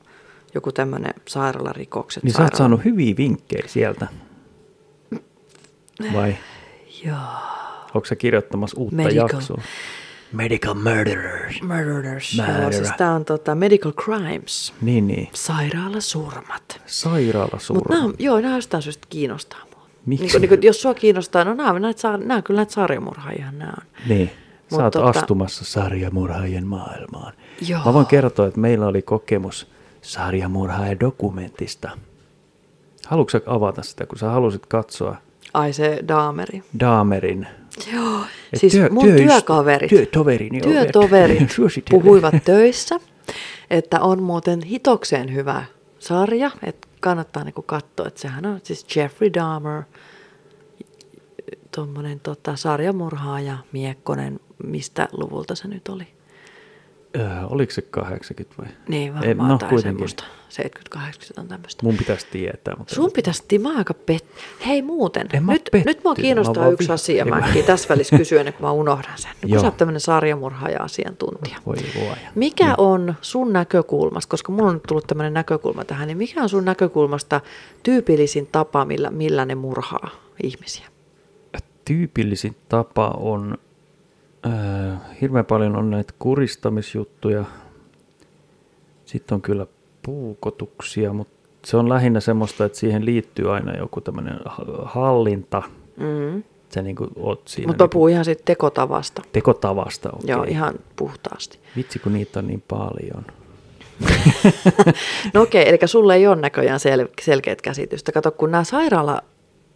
[SPEAKER 2] joku tämmöinen sairaalarikokset.
[SPEAKER 1] Niin sä oot
[SPEAKER 2] sairaala-
[SPEAKER 1] saanut hyviä vinkkejä sieltä. Vai
[SPEAKER 2] Joo.
[SPEAKER 1] onko sä kirjoittamassa uutta
[SPEAKER 2] Medical.
[SPEAKER 1] jaksoa? Medical Murderers.
[SPEAKER 2] Murderers.
[SPEAKER 1] Määrä.
[SPEAKER 2] Joo, siis tää on tota, Medical Crimes.
[SPEAKER 1] Niin, niin.
[SPEAKER 2] Sairaalasurmat. Mutta
[SPEAKER 1] Sairaalasurma.
[SPEAKER 2] nämä, joo, nämä jostain syystä kiinnostaa mua.
[SPEAKER 1] Miksi?
[SPEAKER 2] Niin, niin, jos sua kiinnostaa, no nämä, näitä, saa- nämä kyllä näitä sarjamurhaajia nämä on.
[SPEAKER 1] Niin. Sä oot
[SPEAKER 2] Mut tota-
[SPEAKER 1] astumassa sarjamurhaajien maailmaan.
[SPEAKER 2] Joo.
[SPEAKER 1] Mä voin kertoa, että meillä oli kokemus sarjamurhaajan dokumentista. Haluatko sä avata sitä, kun sä halusit katsoa
[SPEAKER 2] Ai se daameri.
[SPEAKER 1] Daamerin?
[SPEAKER 2] Joo,
[SPEAKER 1] Et
[SPEAKER 2] siis mun
[SPEAKER 1] työystä-
[SPEAKER 2] työkaverit,
[SPEAKER 1] Työtoverini.
[SPEAKER 2] työtoverit
[SPEAKER 1] niin (laughs) Suosittelen.
[SPEAKER 2] puhuivat töissä, että on muuten hitokseen hyvä sarja, että kannattaa niinku katsoa, että sehän on siis Jeffrey Dahmer, tuommoinen tota, sarjamurhaaja, miekkonen, mistä luvulta se nyt oli?
[SPEAKER 1] Öö, oliko se 80 vai?
[SPEAKER 2] Niin
[SPEAKER 1] Ei,
[SPEAKER 2] varmaan tai semmoista, 70-80 on tämmöistä.
[SPEAKER 1] Mun pitäisi tietää, mutta...
[SPEAKER 2] Sun pitäisi, Tim, mä oon aika pet... Hei muuten,
[SPEAKER 1] En mä
[SPEAKER 2] nyt,
[SPEAKER 1] pettynyt,
[SPEAKER 2] nyt mua
[SPEAKER 1] mä
[SPEAKER 2] kiinnostaa
[SPEAKER 1] vaan
[SPEAKER 2] yksi
[SPEAKER 1] vi-
[SPEAKER 2] asia.
[SPEAKER 1] Ei
[SPEAKER 2] Mä
[SPEAKER 1] mä-
[SPEAKER 2] äkkiä tässä välissä kysyn ennen kuin mä unohdan sen. Nyt Kun
[SPEAKER 1] Joo.
[SPEAKER 2] sä oot tämmöinen sarjamurhaaja-asiantuntija.
[SPEAKER 1] Voi luoja.
[SPEAKER 2] Mikä on sun näkökulmasta, koska mulla on nyt tullut tämmöinen näkökulma tähän, niin mikä on sun näkökulmasta tyypillisin tapa, millä, millä ne murhaa ihmisiä?
[SPEAKER 1] tyypillisin tapa on, äh, hirveän paljon on näitä kuristamisjuttuja, sitten on kyllä puukotuksia, mutta se on lähinnä semmoista, että siihen liittyy aina joku tämmöinen hallinta,
[SPEAKER 2] Mm.
[SPEAKER 1] sä niin kuin oot siinä
[SPEAKER 2] Mutta mä
[SPEAKER 1] niinku
[SPEAKER 2] puhun ihan siitä tekotavasta.
[SPEAKER 1] tekotavasta. Okay.
[SPEAKER 2] Joo, ihan puhtaasti.
[SPEAKER 1] Vitsi, kun niitä on niin paljon.
[SPEAKER 2] No okei, eli sulle ei ole näköjään sel- selkeät käsitystä. Kato, kun nämä sairaala,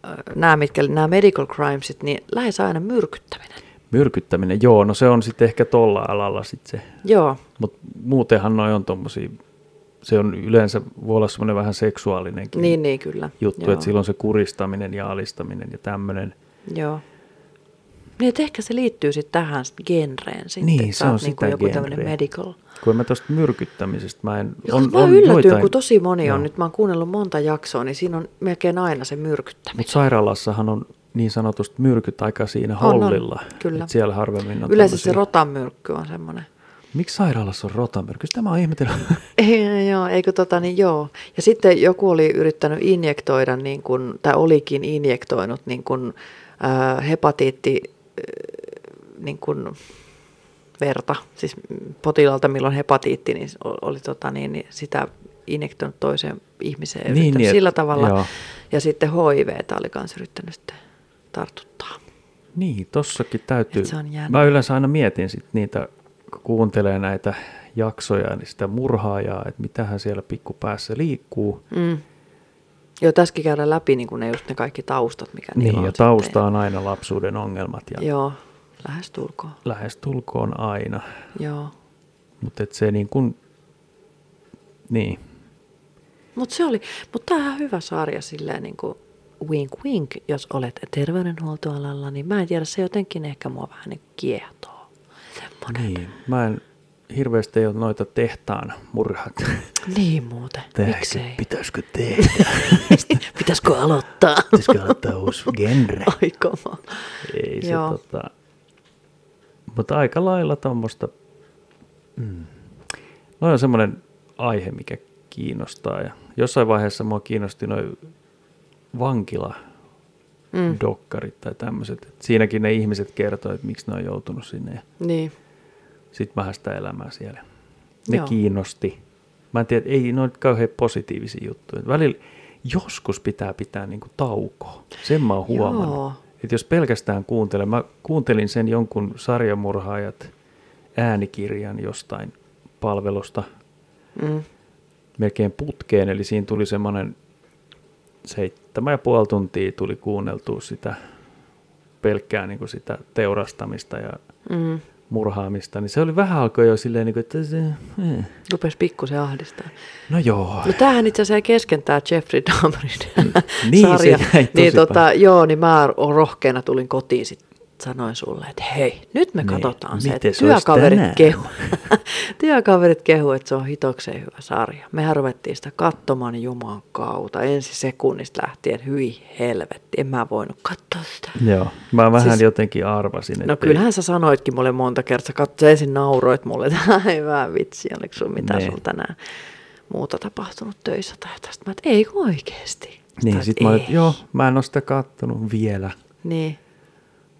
[SPEAKER 2] äh, nämä, mitkä, nämä medical crimesit, niin lähes aina myrkyttäminen.
[SPEAKER 1] Myrkyttäminen, joo, no se on sitten ehkä tolla alalla sit se
[SPEAKER 2] Joo,
[SPEAKER 1] Mutta muutenhan noi on tommosia, se on yleensä, voi olla semmoinen vähän seksuaalinenkin
[SPEAKER 2] niin, niin kyllä.
[SPEAKER 1] juttu,
[SPEAKER 2] Joo.
[SPEAKER 1] että silloin se kuristaminen ja alistaminen ja tämmöinen.
[SPEAKER 2] Joo. Niin, että ehkä se liittyy sitten tähän sit genreen sitten.
[SPEAKER 1] Niin,
[SPEAKER 2] että
[SPEAKER 1] se
[SPEAKER 2] sä oot
[SPEAKER 1] on
[SPEAKER 2] niinku
[SPEAKER 1] sitä
[SPEAKER 2] joku tämmöinen
[SPEAKER 1] genreä.
[SPEAKER 2] medical.
[SPEAKER 1] Kun en mä tuosta myrkyttämisestä, mä en...
[SPEAKER 2] Joo, on, mä on yllätyin,
[SPEAKER 1] joitain-
[SPEAKER 2] kun tosi moni on,
[SPEAKER 1] Joo.
[SPEAKER 2] nyt mä oon kuunnellut monta jaksoa, niin siinä on melkein aina se myrkyttäminen.
[SPEAKER 1] Mutta sairaalassahan on niin sanotusti myrkyt aika siinä
[SPEAKER 2] On, on,
[SPEAKER 1] hollilla.
[SPEAKER 2] kyllä.
[SPEAKER 1] Et siellä harvemmin on
[SPEAKER 2] Yleensä se
[SPEAKER 1] tämmösiä-
[SPEAKER 2] rotamyrkky on semmoinen.
[SPEAKER 1] Miksi sairaalassa on rotamyrkky? Sitä mä oon ihmetellyt. (laughs)
[SPEAKER 2] Ei, joo, eikö tota niin joo. Ja sitten joku oli yrittänyt injektoida, niin kun, tai olikin injektoinut niin kun, äh, hepatiitti äh, niin kun, verta, siis mm, potilaalta milloin hepatiitti, niin o- oli tota niin, niin sitä injektoinut toiseen ihmiseen
[SPEAKER 1] Niin,
[SPEAKER 2] niin,
[SPEAKER 1] niin,
[SPEAKER 2] niin,
[SPEAKER 1] et-
[SPEAKER 2] sillä tavalla.
[SPEAKER 1] joo.
[SPEAKER 2] Ja sitten HIVtä oli myös yrittänyt sitten tartuttaa.
[SPEAKER 1] Niin, tossakin täytyy.
[SPEAKER 2] Et se on jännä.
[SPEAKER 1] Mä yleensä aina mietin sit niitä, kun kuuntelee näitä jaksoja, niin sitä murhaajaa, että mitähän siellä pikkupäässä liikkuu.
[SPEAKER 2] Mm. Joo, tässäkin käydään läpi niin kun ne, just ne kaikki taustat, mikä niillä
[SPEAKER 1] Niin,
[SPEAKER 2] on
[SPEAKER 1] ja
[SPEAKER 2] sitten.
[SPEAKER 1] tausta on aina lapsuuden ongelmat ja Joo.
[SPEAKER 2] Joo, lähestulkoon.
[SPEAKER 1] lähestulkoon aina.
[SPEAKER 2] Joo.
[SPEAKER 1] Mutta se niin kuin, niin.
[SPEAKER 2] Mutta se oli, mutta tämä on ihan hyvä sarja silleen niin kuin wink wink, jos olet terveydenhuoltoalalla, niin mä en tiedä, se jotenkin ehkä mua vähän niin kiehtoo. Semmoinen.
[SPEAKER 1] Niin, mä en hirveästi ole noita tehtaan murhat.
[SPEAKER 2] Niin muuten,
[SPEAKER 1] Tääkö,
[SPEAKER 2] miksei?
[SPEAKER 1] pitäisikö tehdä?
[SPEAKER 2] (laughs)
[SPEAKER 1] (laughs)
[SPEAKER 2] Pitäisikö aloittaa?
[SPEAKER 1] Pitäisikö aloittaa uusi genre?
[SPEAKER 2] (laughs) Ai kama.
[SPEAKER 1] Ei se
[SPEAKER 2] Joo.
[SPEAKER 1] tota... Mutta aika lailla tuommoista... Mm. No on semmoinen aihe, mikä kiinnostaa. Ja jossain vaiheessa mua kiinnosti noin vankila
[SPEAKER 2] Mm.
[SPEAKER 1] dokkarit tai tämmöiset. Et Siinäkin ne ihmiset kertoo, että miksi ne on joutunut sinne ja
[SPEAKER 2] Niin,
[SPEAKER 1] sitten vähän sitä elämää siellä. Ne
[SPEAKER 2] Joo.
[SPEAKER 1] Joo. kiinnosti. Mä en tiedä, ei ne ole kauhean positiivisia juttuja. Et Välillä joskus pitää pitää niinku taukoa. Sen mä oon
[SPEAKER 2] Joo.
[SPEAKER 1] huomannut. Et jos pelkästään kuuntelen, mä kuuntelin sen jonkun sarjamurhaajat äänikirjan jostain palvelusta
[SPEAKER 2] mm.
[SPEAKER 1] melkein putkeen, eli siinä tuli semmoinen seitsemän ja puoli tuntia tuli kuunneltua sitä pelkkää niin kuin sitä teurastamista ja
[SPEAKER 2] Mm.
[SPEAKER 1] murhaamista, niin se oli vähän alkoi jo silleen, niin kuin, että se, eh.
[SPEAKER 2] Rupes pikkusen ahdistaa.
[SPEAKER 1] no joo,
[SPEAKER 2] No tämähän itse asiassa kesken tämä Jeffrey Dahmerin
[SPEAKER 1] (laughs) Niin, se
[SPEAKER 2] sarja.
[SPEAKER 1] jäi tosi
[SPEAKER 2] niin, tota,
[SPEAKER 1] paljon.
[SPEAKER 2] joo, niin mä rohkeana tulin kotiin sit sanoin sulle, että hei, nyt me
[SPEAKER 1] Niin,
[SPEAKER 2] katsotaan se, että
[SPEAKER 1] miten se olisi
[SPEAKER 2] työkaverit
[SPEAKER 1] tänään?
[SPEAKER 2] kehu. (laughs) työkaverit kehu, että se on hitokseen hyvä sarja. Mehän ruvettiin sitä katsomaan niin juman kautta. Ensi sekunnista lähtien, hyi helvetti, en mä voinut katsoa sitä.
[SPEAKER 1] joo. Mä vähän
[SPEAKER 2] Siis-
[SPEAKER 1] siis, jotenkin arvasin, että
[SPEAKER 2] No kyllähän sä sanoitkin mulle monta kertaa, katso ensin nauroit mulle, että (laughs) hyvä vitsi, oliko sulla mitään
[SPEAKER 1] Niin.
[SPEAKER 2] sulla tänään muuta tapahtunut töissä tai tästä. Mä et, ei kun oikeesti. Tai,
[SPEAKER 1] niin sit mä olin, että
[SPEAKER 2] "Ei."
[SPEAKER 1] joo, mä en ole sitä kattonut vielä.
[SPEAKER 2] Niin,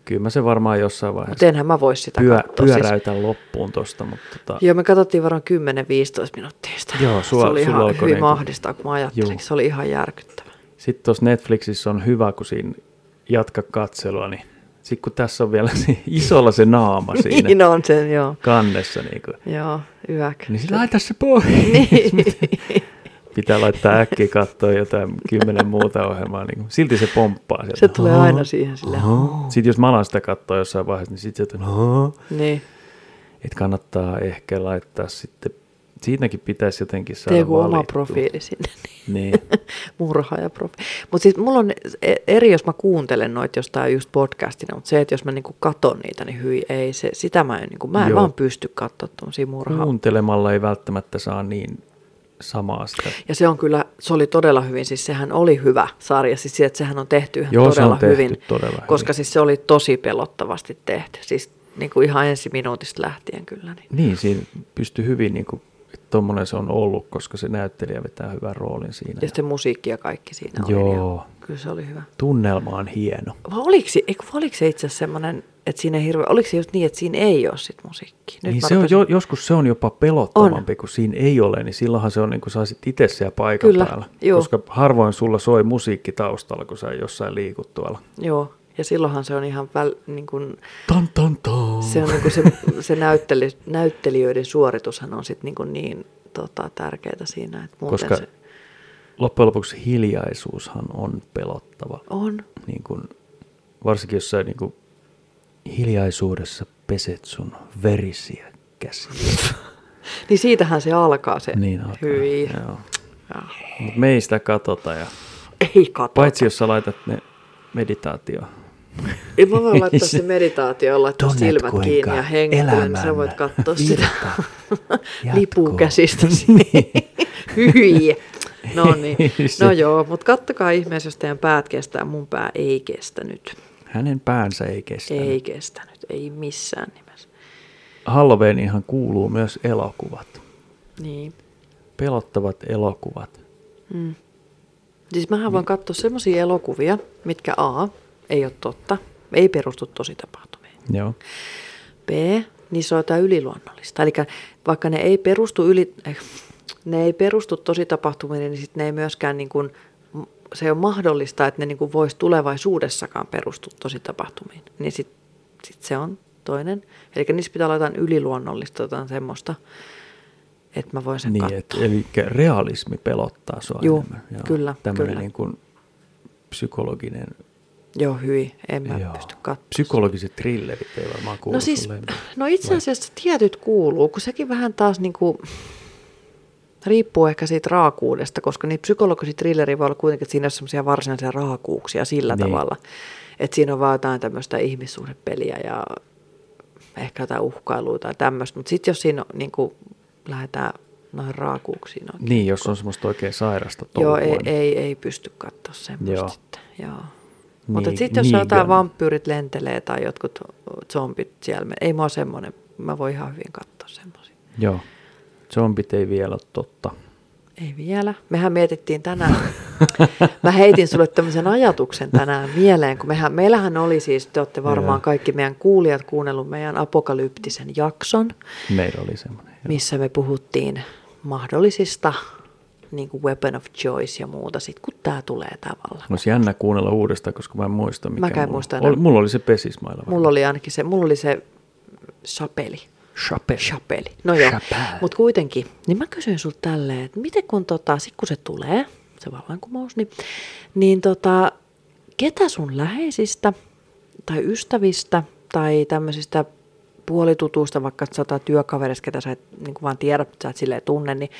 [SPEAKER 1] Kyllä mä se varmaan jossain
[SPEAKER 2] mutta
[SPEAKER 1] vaiheessa
[SPEAKER 2] enhän mä voi sitä
[SPEAKER 1] pyö,
[SPEAKER 2] katsoa. Siis,
[SPEAKER 1] pyöräytän loppuun tosta, mutta tota,
[SPEAKER 2] joo, me katsottiin varmaan 10-15 minuuttia sitä.
[SPEAKER 1] Joo, sua-
[SPEAKER 2] se oli
[SPEAKER 1] sulla
[SPEAKER 2] ihan
[SPEAKER 1] alkoi
[SPEAKER 2] hyvin
[SPEAKER 1] niinku-
[SPEAKER 2] mahdistaa, kun mä ajattelin,
[SPEAKER 1] Juu.
[SPEAKER 2] se oli ihan järkyttävä.
[SPEAKER 1] Sitten tuossa Netflixissä on hyvä, kun siinä jatka katselua, niin sitten kun tässä on vielä se (laughs) isolla se naama (laughs) siinä
[SPEAKER 2] Niin on sen, joo.
[SPEAKER 1] kannessa, niin, kuin,
[SPEAKER 2] Joo, yäk.
[SPEAKER 1] niin se laita se
[SPEAKER 2] (laughs)
[SPEAKER 1] pois.
[SPEAKER 2] Niin.
[SPEAKER 1] (laughs) Pitää laittaa äkkiä katsoa jotain kymmenen muuta ohjelmaa. Niin kuin. Silti se pomppaa sieltä.
[SPEAKER 2] Se tulee aina siihen silleen.
[SPEAKER 1] Sitten jos mä alan sitä katsoa jossain vaiheessa, niin sitten se, että "Hoo".
[SPEAKER 2] Niin,
[SPEAKER 1] että kannattaa ehkä laittaa sitten, siitäkin pitäisi jotenkin saada
[SPEAKER 2] tee joku oma
[SPEAKER 1] valittua.
[SPEAKER 2] profiili sinne. Niin. (laughs)
[SPEAKER 1] Niin,
[SPEAKER 2] murha ja profi. Mutta siis mulla on e- eri, jos mä kuuntelen noita jostain just podcastina, mutta se, että jos mä niinku katon niitä, niin hyi ei, se, sitä mä en, niinku, mä en
[SPEAKER 1] Joo.
[SPEAKER 2] vaan pysty katsoa tuommoisia murhaa. Mm.
[SPEAKER 1] kuuntelemalla ei välttämättä saa niin samaa sitä
[SPEAKER 2] Ja se on kyllä, se oli todella hyvin, siis sehän oli hyvä sarja, siis se, että sehän on tehty ihan
[SPEAKER 1] Joo, se
[SPEAKER 2] todella,
[SPEAKER 1] on tehty
[SPEAKER 2] hyvin,
[SPEAKER 1] todella hyvin.
[SPEAKER 2] koska siis se oli tosi pelottavasti tehty, siis niinku ihan ensi minuutista lähtien kyllä. Niin.
[SPEAKER 1] Niin, siinä pystyy hyvin, niin kuin, että tommonen se on ollut, koska se näyttelijä vetää hyvän roolin siinä.
[SPEAKER 2] Ja sitten musiikki ja kaikki siinä oli.
[SPEAKER 1] Joo.
[SPEAKER 2] Ja kyllä se oli hyvä.
[SPEAKER 1] Tunnelma on hieno.
[SPEAKER 2] Vai oliko se, eikö, oliko se itse asiassa semmoinen, että siinä ei hirveä, oliko se just niin, että siinä ei ole sit musiikkia?
[SPEAKER 1] Nyt niin
[SPEAKER 2] mä
[SPEAKER 1] se on,
[SPEAKER 2] rupesin-
[SPEAKER 1] jo, joskus se on jopa pelottavampi, on. kun siinä ei ole, niin silloinhan se on niin kuin sä olisit itse siellä paikan
[SPEAKER 2] Kyllä,
[SPEAKER 1] päällä.
[SPEAKER 2] juu.
[SPEAKER 1] Koska harvoin sulla soi musiikki taustalla, kun sä jossain liikut tuolla.
[SPEAKER 2] Joo, ja silloinhan se on ihan, väl, niin kuin,
[SPEAKER 1] Tan, tan, tan.
[SPEAKER 2] se, on niin kuin se, se näytteli, näyttelijöiden suoritushan on sit niin, kuin niin tota, tärkeää siinä, että muuten
[SPEAKER 1] Koska
[SPEAKER 2] se
[SPEAKER 1] loppujen lopuksi hiljaisuushan on pelottava.
[SPEAKER 2] on.
[SPEAKER 1] Niin kuin, varsinkin jos sä niin kuin, hiljaisuudessa peset sun verisiä käsiä.
[SPEAKER 2] Niin siitähän se alkaa se
[SPEAKER 1] Niin alkaa.
[SPEAKER 2] hyi.
[SPEAKER 1] Joo.
[SPEAKER 2] Ah,
[SPEAKER 1] Mut me ei sitä katsota. Ja,
[SPEAKER 2] Ei kato.
[SPEAKER 1] paitsi jos sä laitat ne meditaatio.
[SPEAKER 2] Ei mä voin laittaa se meditaatio, laittaa
[SPEAKER 1] Tunnet,
[SPEAKER 2] silmät
[SPEAKER 1] kuinka
[SPEAKER 2] kiinni ja hengittelen, niin sä
[SPEAKER 1] elämän
[SPEAKER 2] voit katsoa sitä
[SPEAKER 1] virta
[SPEAKER 2] (laughs)
[SPEAKER 1] jatkuu.
[SPEAKER 2] lipuu
[SPEAKER 1] (laughs) Niin.
[SPEAKER 2] käsistä. Hyi. No niin, no joo, mutta kattokaa ihmeessä, jos teidän päät kestää, mun pää ei kestänyt.
[SPEAKER 1] Hänen päänsä ei kestä.
[SPEAKER 2] Ei kestänyt, ei missään nimessä.
[SPEAKER 1] Halveenihan kuuluu myös elokuvat.
[SPEAKER 2] Niin.
[SPEAKER 1] Pelottavat elokuvat.
[SPEAKER 2] Mm. Siis mähän
[SPEAKER 1] Niin.
[SPEAKER 2] voin katsoa semmoisia elokuvia, mitkä A, ei ole totta, ei perustu tosi tapahtumiin.
[SPEAKER 1] Joo.
[SPEAKER 2] B, niissä on jotain yliluonnollista. Eli vaikka ne ei perustu, yli, eh, ne ei perustu tosi tapahtumiin, niin sitten ne ei myöskään niin kuin, m- se on mahdollista, että ne niin kuin voisi tulevaisuudessakaan perustua tosi tapahtumiin. Niin sitten sit se on toinen. Eli niissä pitää olla jotain yliluonnollista, jotain semmoista, että mä voin sen
[SPEAKER 1] Niin,
[SPEAKER 2] katsoa.
[SPEAKER 1] et, eli realismi pelottaa sua
[SPEAKER 2] Juu,
[SPEAKER 1] enemmän.
[SPEAKER 2] kyllä,
[SPEAKER 1] Tämmönen
[SPEAKER 2] kyllä.
[SPEAKER 1] Niin kuin psykologinen...
[SPEAKER 2] Joo, hyi. En mä Joo. pysty katsomaan.
[SPEAKER 1] Psykologiset trillerit ei varmaan kuulu
[SPEAKER 2] No siis,
[SPEAKER 1] sulle.
[SPEAKER 2] no itse asiassa tietyt kuuluu, kun sekin vähän taas niin kuin, niinku Riippuu ehkä siitä raakuudesta, koska niin psykologisia thrilleriä voi olla kuitenkin, että siinä on semmoisia varsinaisia raakuuksia sillä
[SPEAKER 1] Niin.
[SPEAKER 2] niin. tavalla. Että siinä on vaan jotain tämmöistä ihmissuhdepeliä ja ehkä jotain uhkailua tai tämmöistä. Mutta sitten jos siinä on, niin kuin, lähdetään noihin raakuuksiin oikein.
[SPEAKER 1] Niin, jos on semmoista oikein sairasta
[SPEAKER 2] Joo,
[SPEAKER 1] touhua.
[SPEAKER 2] ei,
[SPEAKER 1] niin-
[SPEAKER 2] ei, ei pysty katsoa semmoista.
[SPEAKER 1] Joo.
[SPEAKER 2] Joo. Sitten. Joo. Mutta
[SPEAKER 1] Niin,
[SPEAKER 2] sitten jos on jotain
[SPEAKER 1] Negan.
[SPEAKER 2] vampyyrit lentelee tai jotkut zombit siellä, ei mua semmoinen, mä voin ihan hyvin katsoa semmoisia.
[SPEAKER 1] Joo. Zombit ei vielä ole totta.
[SPEAKER 2] Ei vielä. Mehän mietittiin
[SPEAKER 1] (laughs)
[SPEAKER 2] tänään, mä heitin sulle tämmöisen ajatuksen tänään mieleen, kun mehän, meillähän oli siis, te olette varmaan
[SPEAKER 1] Joo.
[SPEAKER 2] kaikki meidän kuulijat kuunnellut meidän apokalyptisen jakson,
[SPEAKER 1] Meillä oli semmoinen.
[SPEAKER 2] missä me puhuttiin mahdollisista niin kuin weapon of choice ja muuta, sit kun tämä tulee tavallaan.
[SPEAKER 1] Olisi jännä kuunnella uudestaan, koska mä en muista mikä
[SPEAKER 2] Mäkään en
[SPEAKER 1] mulla.
[SPEAKER 2] muista enää.
[SPEAKER 1] oli, mulla oli se pesismailla.
[SPEAKER 2] Mulla oli ainakin se, mulla oli se sapeli.
[SPEAKER 1] Chapelle.
[SPEAKER 2] Chapeli. No joo,
[SPEAKER 1] Chapelle.
[SPEAKER 2] mutta kuitenkin. Niin mä kysyin sulta tälleen, että miten kun tota, sit kun se tulee, se vallankumous, niin, niin tota, ketä sun läheisistä tai ystävistä tai tämmöisistä puolitutuista, vaikka sata työkaverista, ketä sä et niin vaan tiedä, mutta sä et silleen tunne, niin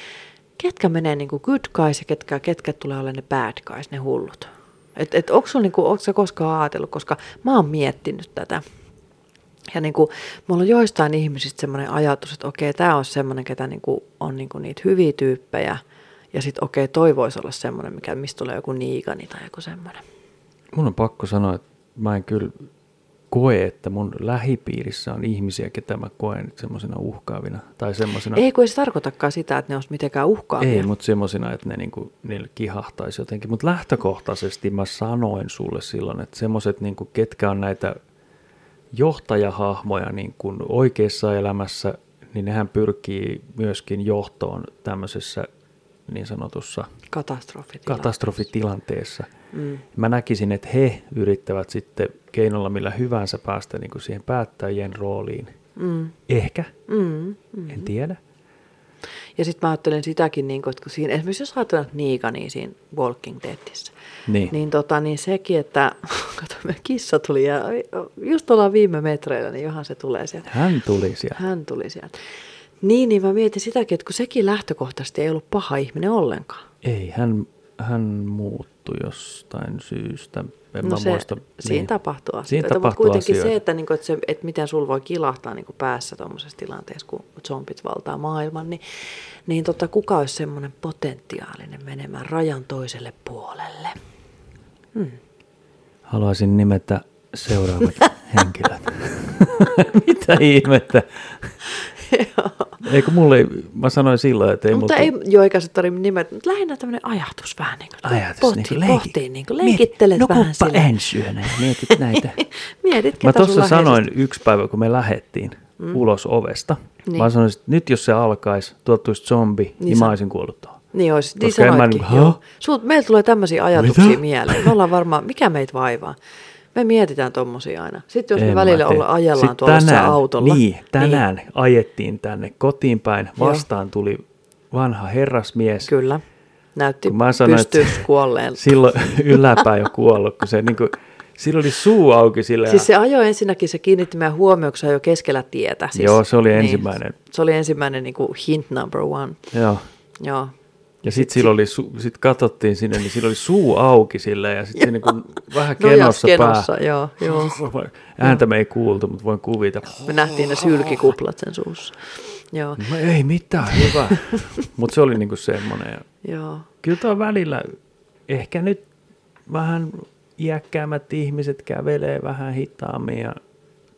[SPEAKER 2] ketkä menee niin good guys ja ketkä, ketkä tulee olemaan ne bad guys, ne hullut? Et, et onko niin sä koskaan ajatellut, koska mä oon miettinyt tätä. Ja niin kuin, mulla on joistain ihmisistä semmoinen ajatus, että okei, tämä on semmoinen, ketä niin kuin, on niin kuin niitä hyviä tyyppejä. Ja sitten okei, toi voisi olla semmoinen, mikä, mistä tulee joku niikani tai joku semmoinen.
[SPEAKER 1] Mun on pakko sanoa, että mä en kyllä koe, että mun lähipiirissä on ihmisiä, ketä mä koen semmoisena uhkaavina. Tai semmoisena,
[SPEAKER 2] No. Ei kun ei se tarkoitakaan sitä, että ne olisi mitenkään uhkaavia.
[SPEAKER 1] ei mutta semmoisena, että ne niinku, niille kihahtaisi jotenkin. Mutta lähtökohtaisesti mä sanoin sulle silloin, että semmoiset, niinku, ketkä on näitä johtajahahmoja niinku, oikeassa elämässä, niin nehän pyrkii myöskin johtoon tämmöisessä niin sanotussa
[SPEAKER 2] Katastrofitila.
[SPEAKER 1] katastrofitilanteessa.
[SPEAKER 2] Mm.
[SPEAKER 1] Mä näkisin, että he yrittävät sitten keinolla millä hyvänsä päästä niin kuin siihen päättäjien rooliin.
[SPEAKER 2] Mm.
[SPEAKER 1] Ehkä,
[SPEAKER 2] Mm. Mm.
[SPEAKER 1] mm-hmm. en tiedä.
[SPEAKER 2] Ja sitten mä ajattelen sitäkin, niin kuin, että kun siinä, esimerkiksi jos ajatellaan niikani siinä Walking Deadissä,
[SPEAKER 1] Niin.
[SPEAKER 2] Niin, tota, niin sekin, että (laughs) kato, meidän kissa tuli ja just ollaan viime metreillä, niin johan se tulee sieltä.
[SPEAKER 1] Hän tuli siellä.
[SPEAKER 2] Hän tuli sieltä. Niin, niin mä mietin sitäkin, että kun sekin lähtökohtaisesti ei ollut paha ihminen ollenkaan.
[SPEAKER 1] Ei, hän, hän muuttui jostain syystä. En mä
[SPEAKER 2] No se,
[SPEAKER 1] muista. niin.
[SPEAKER 2] Siinä tapahtuu asioita.
[SPEAKER 1] Siinä
[SPEAKER 2] Mutta
[SPEAKER 1] tapahtuu
[SPEAKER 2] kuitenkin
[SPEAKER 1] asioita.
[SPEAKER 2] se, että, niin kuin, että, se, että miten sul voi kilahtaa niin kuin päässä tuommoisessa tilanteessa, kun zombit valtaa maailman, niin, niin tota, kuka olisi semmoinen potentiaalinen menemään rajan toiselle puolelle?
[SPEAKER 1] Haluaisin nimetä
[SPEAKER 2] (laughs)
[SPEAKER 1] seuraavat henkilöt. (laughs) Mitä
[SPEAKER 2] (laughs)
[SPEAKER 1] ihmettä? Eikö mulle, ei- mä sanoin silloin, että ei
[SPEAKER 2] Ei, mutta,
[SPEAKER 1] mulla-
[SPEAKER 2] ei, joo, eikä se tarvitse nimet, mutta lähinnä tämmöinen ajatus vähän niin kuin,
[SPEAKER 1] ajatus.
[SPEAKER 2] pohtii,
[SPEAKER 1] niin kuin
[SPEAKER 2] leiki, pohtii, niin kuin, leikittelet
[SPEAKER 1] Mietit-
[SPEAKER 2] no, vähän
[SPEAKER 1] Nukuppa
[SPEAKER 2] sillä.
[SPEAKER 1] ensi yönä ja mietit
[SPEAKER 2] (laughs)
[SPEAKER 1] näitä.
[SPEAKER 2] Mietit, ketä
[SPEAKER 1] Mä tuossa
[SPEAKER 2] sun läheisistä-
[SPEAKER 1] sanoin yksi päivä, kun me lähettiin mm. ulos ovesta. Niin.
[SPEAKER 2] Niin.
[SPEAKER 1] Mä sanoin, että nyt jos se alkaisi, tuottuisi zombi, niin, niin
[SPEAKER 2] sä-
[SPEAKER 1] mä olisin kuollut tuohon.
[SPEAKER 2] Niin olisi, niin
[SPEAKER 1] Koska en mä
[SPEAKER 2] sanoitkin.
[SPEAKER 1] niinku,
[SPEAKER 2] joo.
[SPEAKER 1] "Hä?"
[SPEAKER 2] Suut, meillä tulee tämmöisiä ajatuksia
[SPEAKER 1] Mitä?
[SPEAKER 2] Mitä? mieleen. Me ollaan varmaan, mikä meitä vaivaa? Me mietitään tommosia aina. Sitten jos
[SPEAKER 1] En
[SPEAKER 2] me
[SPEAKER 1] mä
[SPEAKER 2] välillä
[SPEAKER 1] tiedä.
[SPEAKER 2] olla ajellaan
[SPEAKER 1] Sitten
[SPEAKER 2] tuolla jossain
[SPEAKER 1] tänään-
[SPEAKER 2] autolla.
[SPEAKER 1] Niin, tänään niin. ajettiin tänne kotiin päin.
[SPEAKER 2] Joo.
[SPEAKER 1] Vastaan tuli vanha herrasmies.
[SPEAKER 2] Kyllä. Näytti
[SPEAKER 1] Kun mä sanoin,
[SPEAKER 2] pystyys
[SPEAKER 1] että (laughs)
[SPEAKER 2] kuolleen.
[SPEAKER 1] Silloin yläpää jo kuollut, kun se niin kuin, sillä oli suu auki sillä
[SPEAKER 2] Siis se ajoi ensinnäkin, se kiinnitti meidän huomioon, kun se ajoi keskellä tietä. Siis,
[SPEAKER 1] Joo, se oli ensimmäinen.
[SPEAKER 2] Se oli ensimmäinen niin kuin hint number one.
[SPEAKER 1] Joo.
[SPEAKER 2] Joo.
[SPEAKER 1] Ja sitten sillä oli, su, sit katsottiin sinne, niin sillä oli suu auki sillä ja sitten se niin kuin vähän
[SPEAKER 2] Nojas
[SPEAKER 1] kenossa,
[SPEAKER 2] No kenossa,
[SPEAKER 1] pää.
[SPEAKER 2] joo, joo.
[SPEAKER 1] (laughs) Ääntä me ei kuultu, mutta voin kuvita.
[SPEAKER 2] (laughs) Me nähtiin ne sylkikuplat sen suussa. Joo,
[SPEAKER 1] No ei mitään, hyvä. mutta se oli niinku semmoinen.
[SPEAKER 2] joo.
[SPEAKER 1] Kyllä tuo välillä, ehkä nyt vähän iäkkäämmät ihmiset kävelee vähän hitaammin ja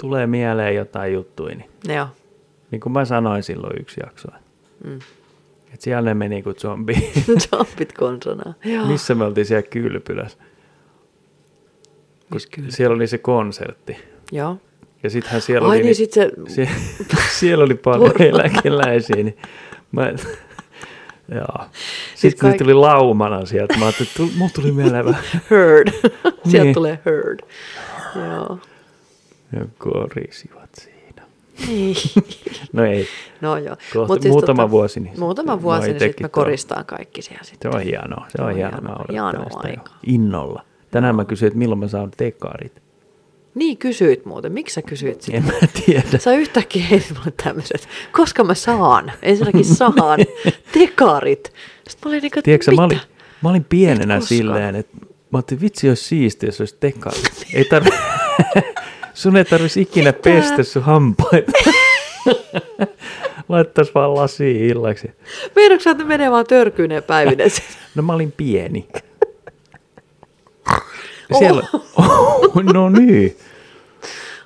[SPEAKER 1] tulee mieleen jotain juttuja. Niin,
[SPEAKER 2] Joo. (laughs)
[SPEAKER 1] niin kuin mä sanoin silloin yksi jakso,
[SPEAKER 2] Mm.
[SPEAKER 1] että siellä ne meni kuin zombi.
[SPEAKER 2] Zombit konsonaa. (laughs) Joo.
[SPEAKER 1] Missä me oltiin siellä kylpylässä? Kun
[SPEAKER 2] Missä kylpylässä?
[SPEAKER 1] siellä oli se konsertti.
[SPEAKER 2] Joo.
[SPEAKER 1] Ja sittenhän siellä
[SPEAKER 2] Ai
[SPEAKER 1] oli...
[SPEAKER 2] niin, sit se-
[SPEAKER 1] sie- (laughs) siellä oli paljon
[SPEAKER 2] Turpa.
[SPEAKER 1] eläkeläisiä, niin mä... (laughs) Joo. Sitten
[SPEAKER 2] kaikki-
[SPEAKER 1] Siis kaik... tuli laumana sieltä. Mä ajattelin, että tuli, mun tuli mieleen vähän
[SPEAKER 2] (laughs) Heard. Sieltä
[SPEAKER 1] Niin.
[SPEAKER 2] tulee heard. Joo.
[SPEAKER 1] Ja korisivat siinä. (laughs)
[SPEAKER 2] Niin.
[SPEAKER 1] No ei.
[SPEAKER 2] No joo.
[SPEAKER 1] Kohta-
[SPEAKER 2] Mut tota,
[SPEAKER 1] muutama vuosi, niin
[SPEAKER 2] muutama
[SPEAKER 1] sitten
[SPEAKER 2] vuosi,
[SPEAKER 1] voi
[SPEAKER 2] niin sitten
[SPEAKER 1] itsekin
[SPEAKER 2] me
[SPEAKER 1] tuolla.
[SPEAKER 2] koristaan kaikki siellä
[SPEAKER 1] Se
[SPEAKER 2] sitten.
[SPEAKER 1] on hienoa. Se on hienoa. Mä
[SPEAKER 2] hienoa.
[SPEAKER 1] odottelen
[SPEAKER 2] Hienoa
[SPEAKER 1] sitä jo
[SPEAKER 2] aikaa.
[SPEAKER 1] innolla. Tänään mä kysyin, että milloin mä saan tekarit.
[SPEAKER 2] Niin kysyit muuten. Miksi sä kysyit sitä?
[SPEAKER 1] En mä tiedä.
[SPEAKER 2] Sä yhtäkkiä heitit mulle tämmöiset, koska mä saan, ensinnäkin
[SPEAKER 1] (laughs)
[SPEAKER 2] saan, tekarit. Sitten mä olin niin kuin,
[SPEAKER 1] Tiedätkö,
[SPEAKER 2] mitä?
[SPEAKER 1] mä olin, mä olin pienenä
[SPEAKER 2] Et koskaan.
[SPEAKER 1] silleen, että mä ajattelin, vitsi olisi siistiä, jos olisi tekari. Ei tarvi, (laughs) sun ei tarvitsisi ikinä
[SPEAKER 2] Mitä?
[SPEAKER 1] pestä sun hampaita. (laughs) Laittaisi vaan lasiin illaksi.
[SPEAKER 2] Meinaatko sä, että menee vaan törkyyn ne
[SPEAKER 1] (laughs)
[SPEAKER 2] päivinen?
[SPEAKER 1] No mä olin pieni. Siellä, oh. (laughs) no niin,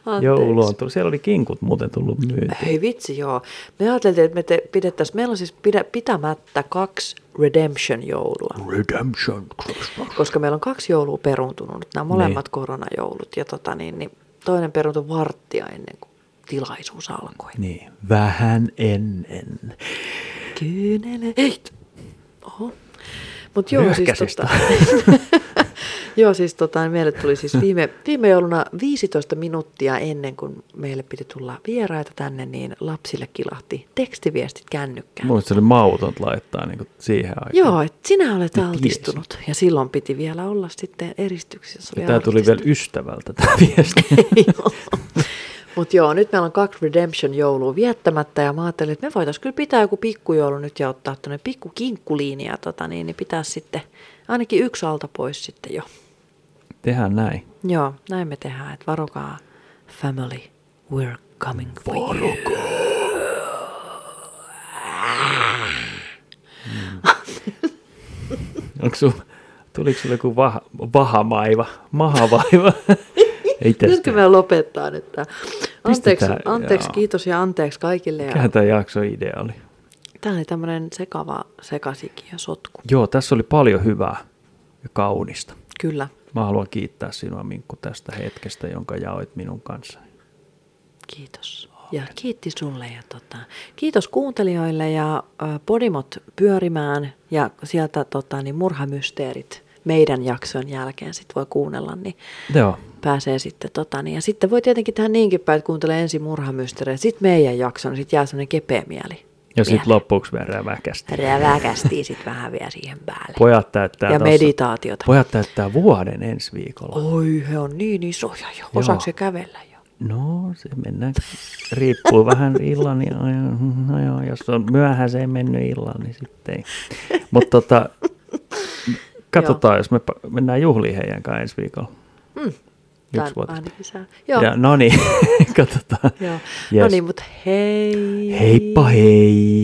[SPEAKER 2] Anteeksi.
[SPEAKER 1] joulu on tullut. Siellä oli kinkut muuten tullut myyntiin.
[SPEAKER 2] Ei vitsi, joo. Me ajateltiin, että me te pidettäisiin, meillä on siis pidä, pitämättä kaksi Redemption-joulua.
[SPEAKER 1] Redemption Christmas.
[SPEAKER 2] koska meillä on kaksi joulua peruuntunut, nämä molemmat niin. koronajoulut, ja tota, niin, niin toinen peruuntui varttia ennen kuin tilaisuus alkoi.
[SPEAKER 1] Niin, vähän ennen. Niin.
[SPEAKER 2] Kyyneleet. Oho. Mut joo, siis
[SPEAKER 1] Nyökkäsis
[SPEAKER 2] tota, (laughs) joo, siis tota, meille tuli siis viime, viime jouluna 15 minuuttia ennen kuin meille piti tulla vieraita tänne, niin lapsille kilahti tekstiviestit kännykkään.
[SPEAKER 1] Mun mielestä se oli mautonta laittaa niin siihen aikaan.
[SPEAKER 2] Joo, että sinä olet
[SPEAKER 1] Mä
[SPEAKER 2] altistunut. Ja silloin piti vielä olla sitten eristyksessä.
[SPEAKER 1] Ja tämä tuli vielä ystävältä tämä
[SPEAKER 2] (laughs)
[SPEAKER 1] viesti.
[SPEAKER 2] Mutta joo, nyt meillä on kaksi Redemption-joulua viettämättä ja mä ajattelin, että me voitaisiin kyllä pitää joku pikkujoulu nyt ja ottaa tuonne pikku kinkkuliinia, tota, niin, niin pitää sitten ainakin yksi alta pois sitten jo.
[SPEAKER 1] Tehdään näin.
[SPEAKER 2] Joo, näin me tehdään, että varokaa family, we're coming for you.
[SPEAKER 1] Onko sun, tuliko sulle joku vaha, vahamaiva,
[SPEAKER 2] (laughs)
[SPEAKER 1] mahavaiva? Ei
[SPEAKER 2] Pitäisikö
[SPEAKER 1] tästä.
[SPEAKER 2] me lopettaa nyt tämä? Anteeksi,
[SPEAKER 1] Pistetään,
[SPEAKER 2] anteeksi
[SPEAKER 1] joo.
[SPEAKER 2] kiitos ja anteeksi kaikille. Ja...
[SPEAKER 1] Mikähän tämä jakson idea oli?
[SPEAKER 2] Tämä oli tämmöinen sekava sekasikin ja sotku.
[SPEAKER 1] Joo, tässä oli paljon hyvää ja kaunista.
[SPEAKER 2] Kyllä,
[SPEAKER 1] Mä haluan kiittää sinua Minkku tästä hetkestä, jonka jaoit minun kanssani.
[SPEAKER 2] Kiitos. Ja kiitti sulle ja tota, kiitos kuuntelijoille ja ö, podimot pyörimään ja sieltä tota, niin murhamysteerit meidän jakson jälkeen sit voi kuunnella, niin
[SPEAKER 1] Joo,
[SPEAKER 2] pääsee sitten tota, niin, ja sitten voi tietenkin tehdä niinkin päin, että kuuntelee ensin murhamysteerejä, sitten meidän jakson, sitten jää semmoinen kepeä mieli.
[SPEAKER 1] ja sitten
[SPEAKER 2] Vielä.
[SPEAKER 1] lopuksi vielä räväkästi.
[SPEAKER 2] Räväkästiin sitten vähän vielä siihen päälle.
[SPEAKER 1] Pojat täyttää
[SPEAKER 2] ja
[SPEAKER 1] tossa-
[SPEAKER 2] meditaatiota.
[SPEAKER 1] Pojat täyttää vuoden ensi viikolla.
[SPEAKER 2] Oi, he on niin isoja jo. Osaako se kävellä jo?
[SPEAKER 1] No, se mennään. Riippuu vähän illan ja no joo, jos on myöhäiseen mennyt illan, niin sitten ei. Mutta tota, katsotaan, jos me pa- mennään juhliin heidän kanssa ensi viikolla. Mm,
[SPEAKER 2] Hmm. Tän
[SPEAKER 1] Yksi vuotta.
[SPEAKER 2] ainakin saa. Joo,
[SPEAKER 1] Ja, no niin, (laughs) katsotaan.
[SPEAKER 2] Joo.
[SPEAKER 1] Yes.
[SPEAKER 2] No niin, mutta e hei.
[SPEAKER 1] Heippa hei!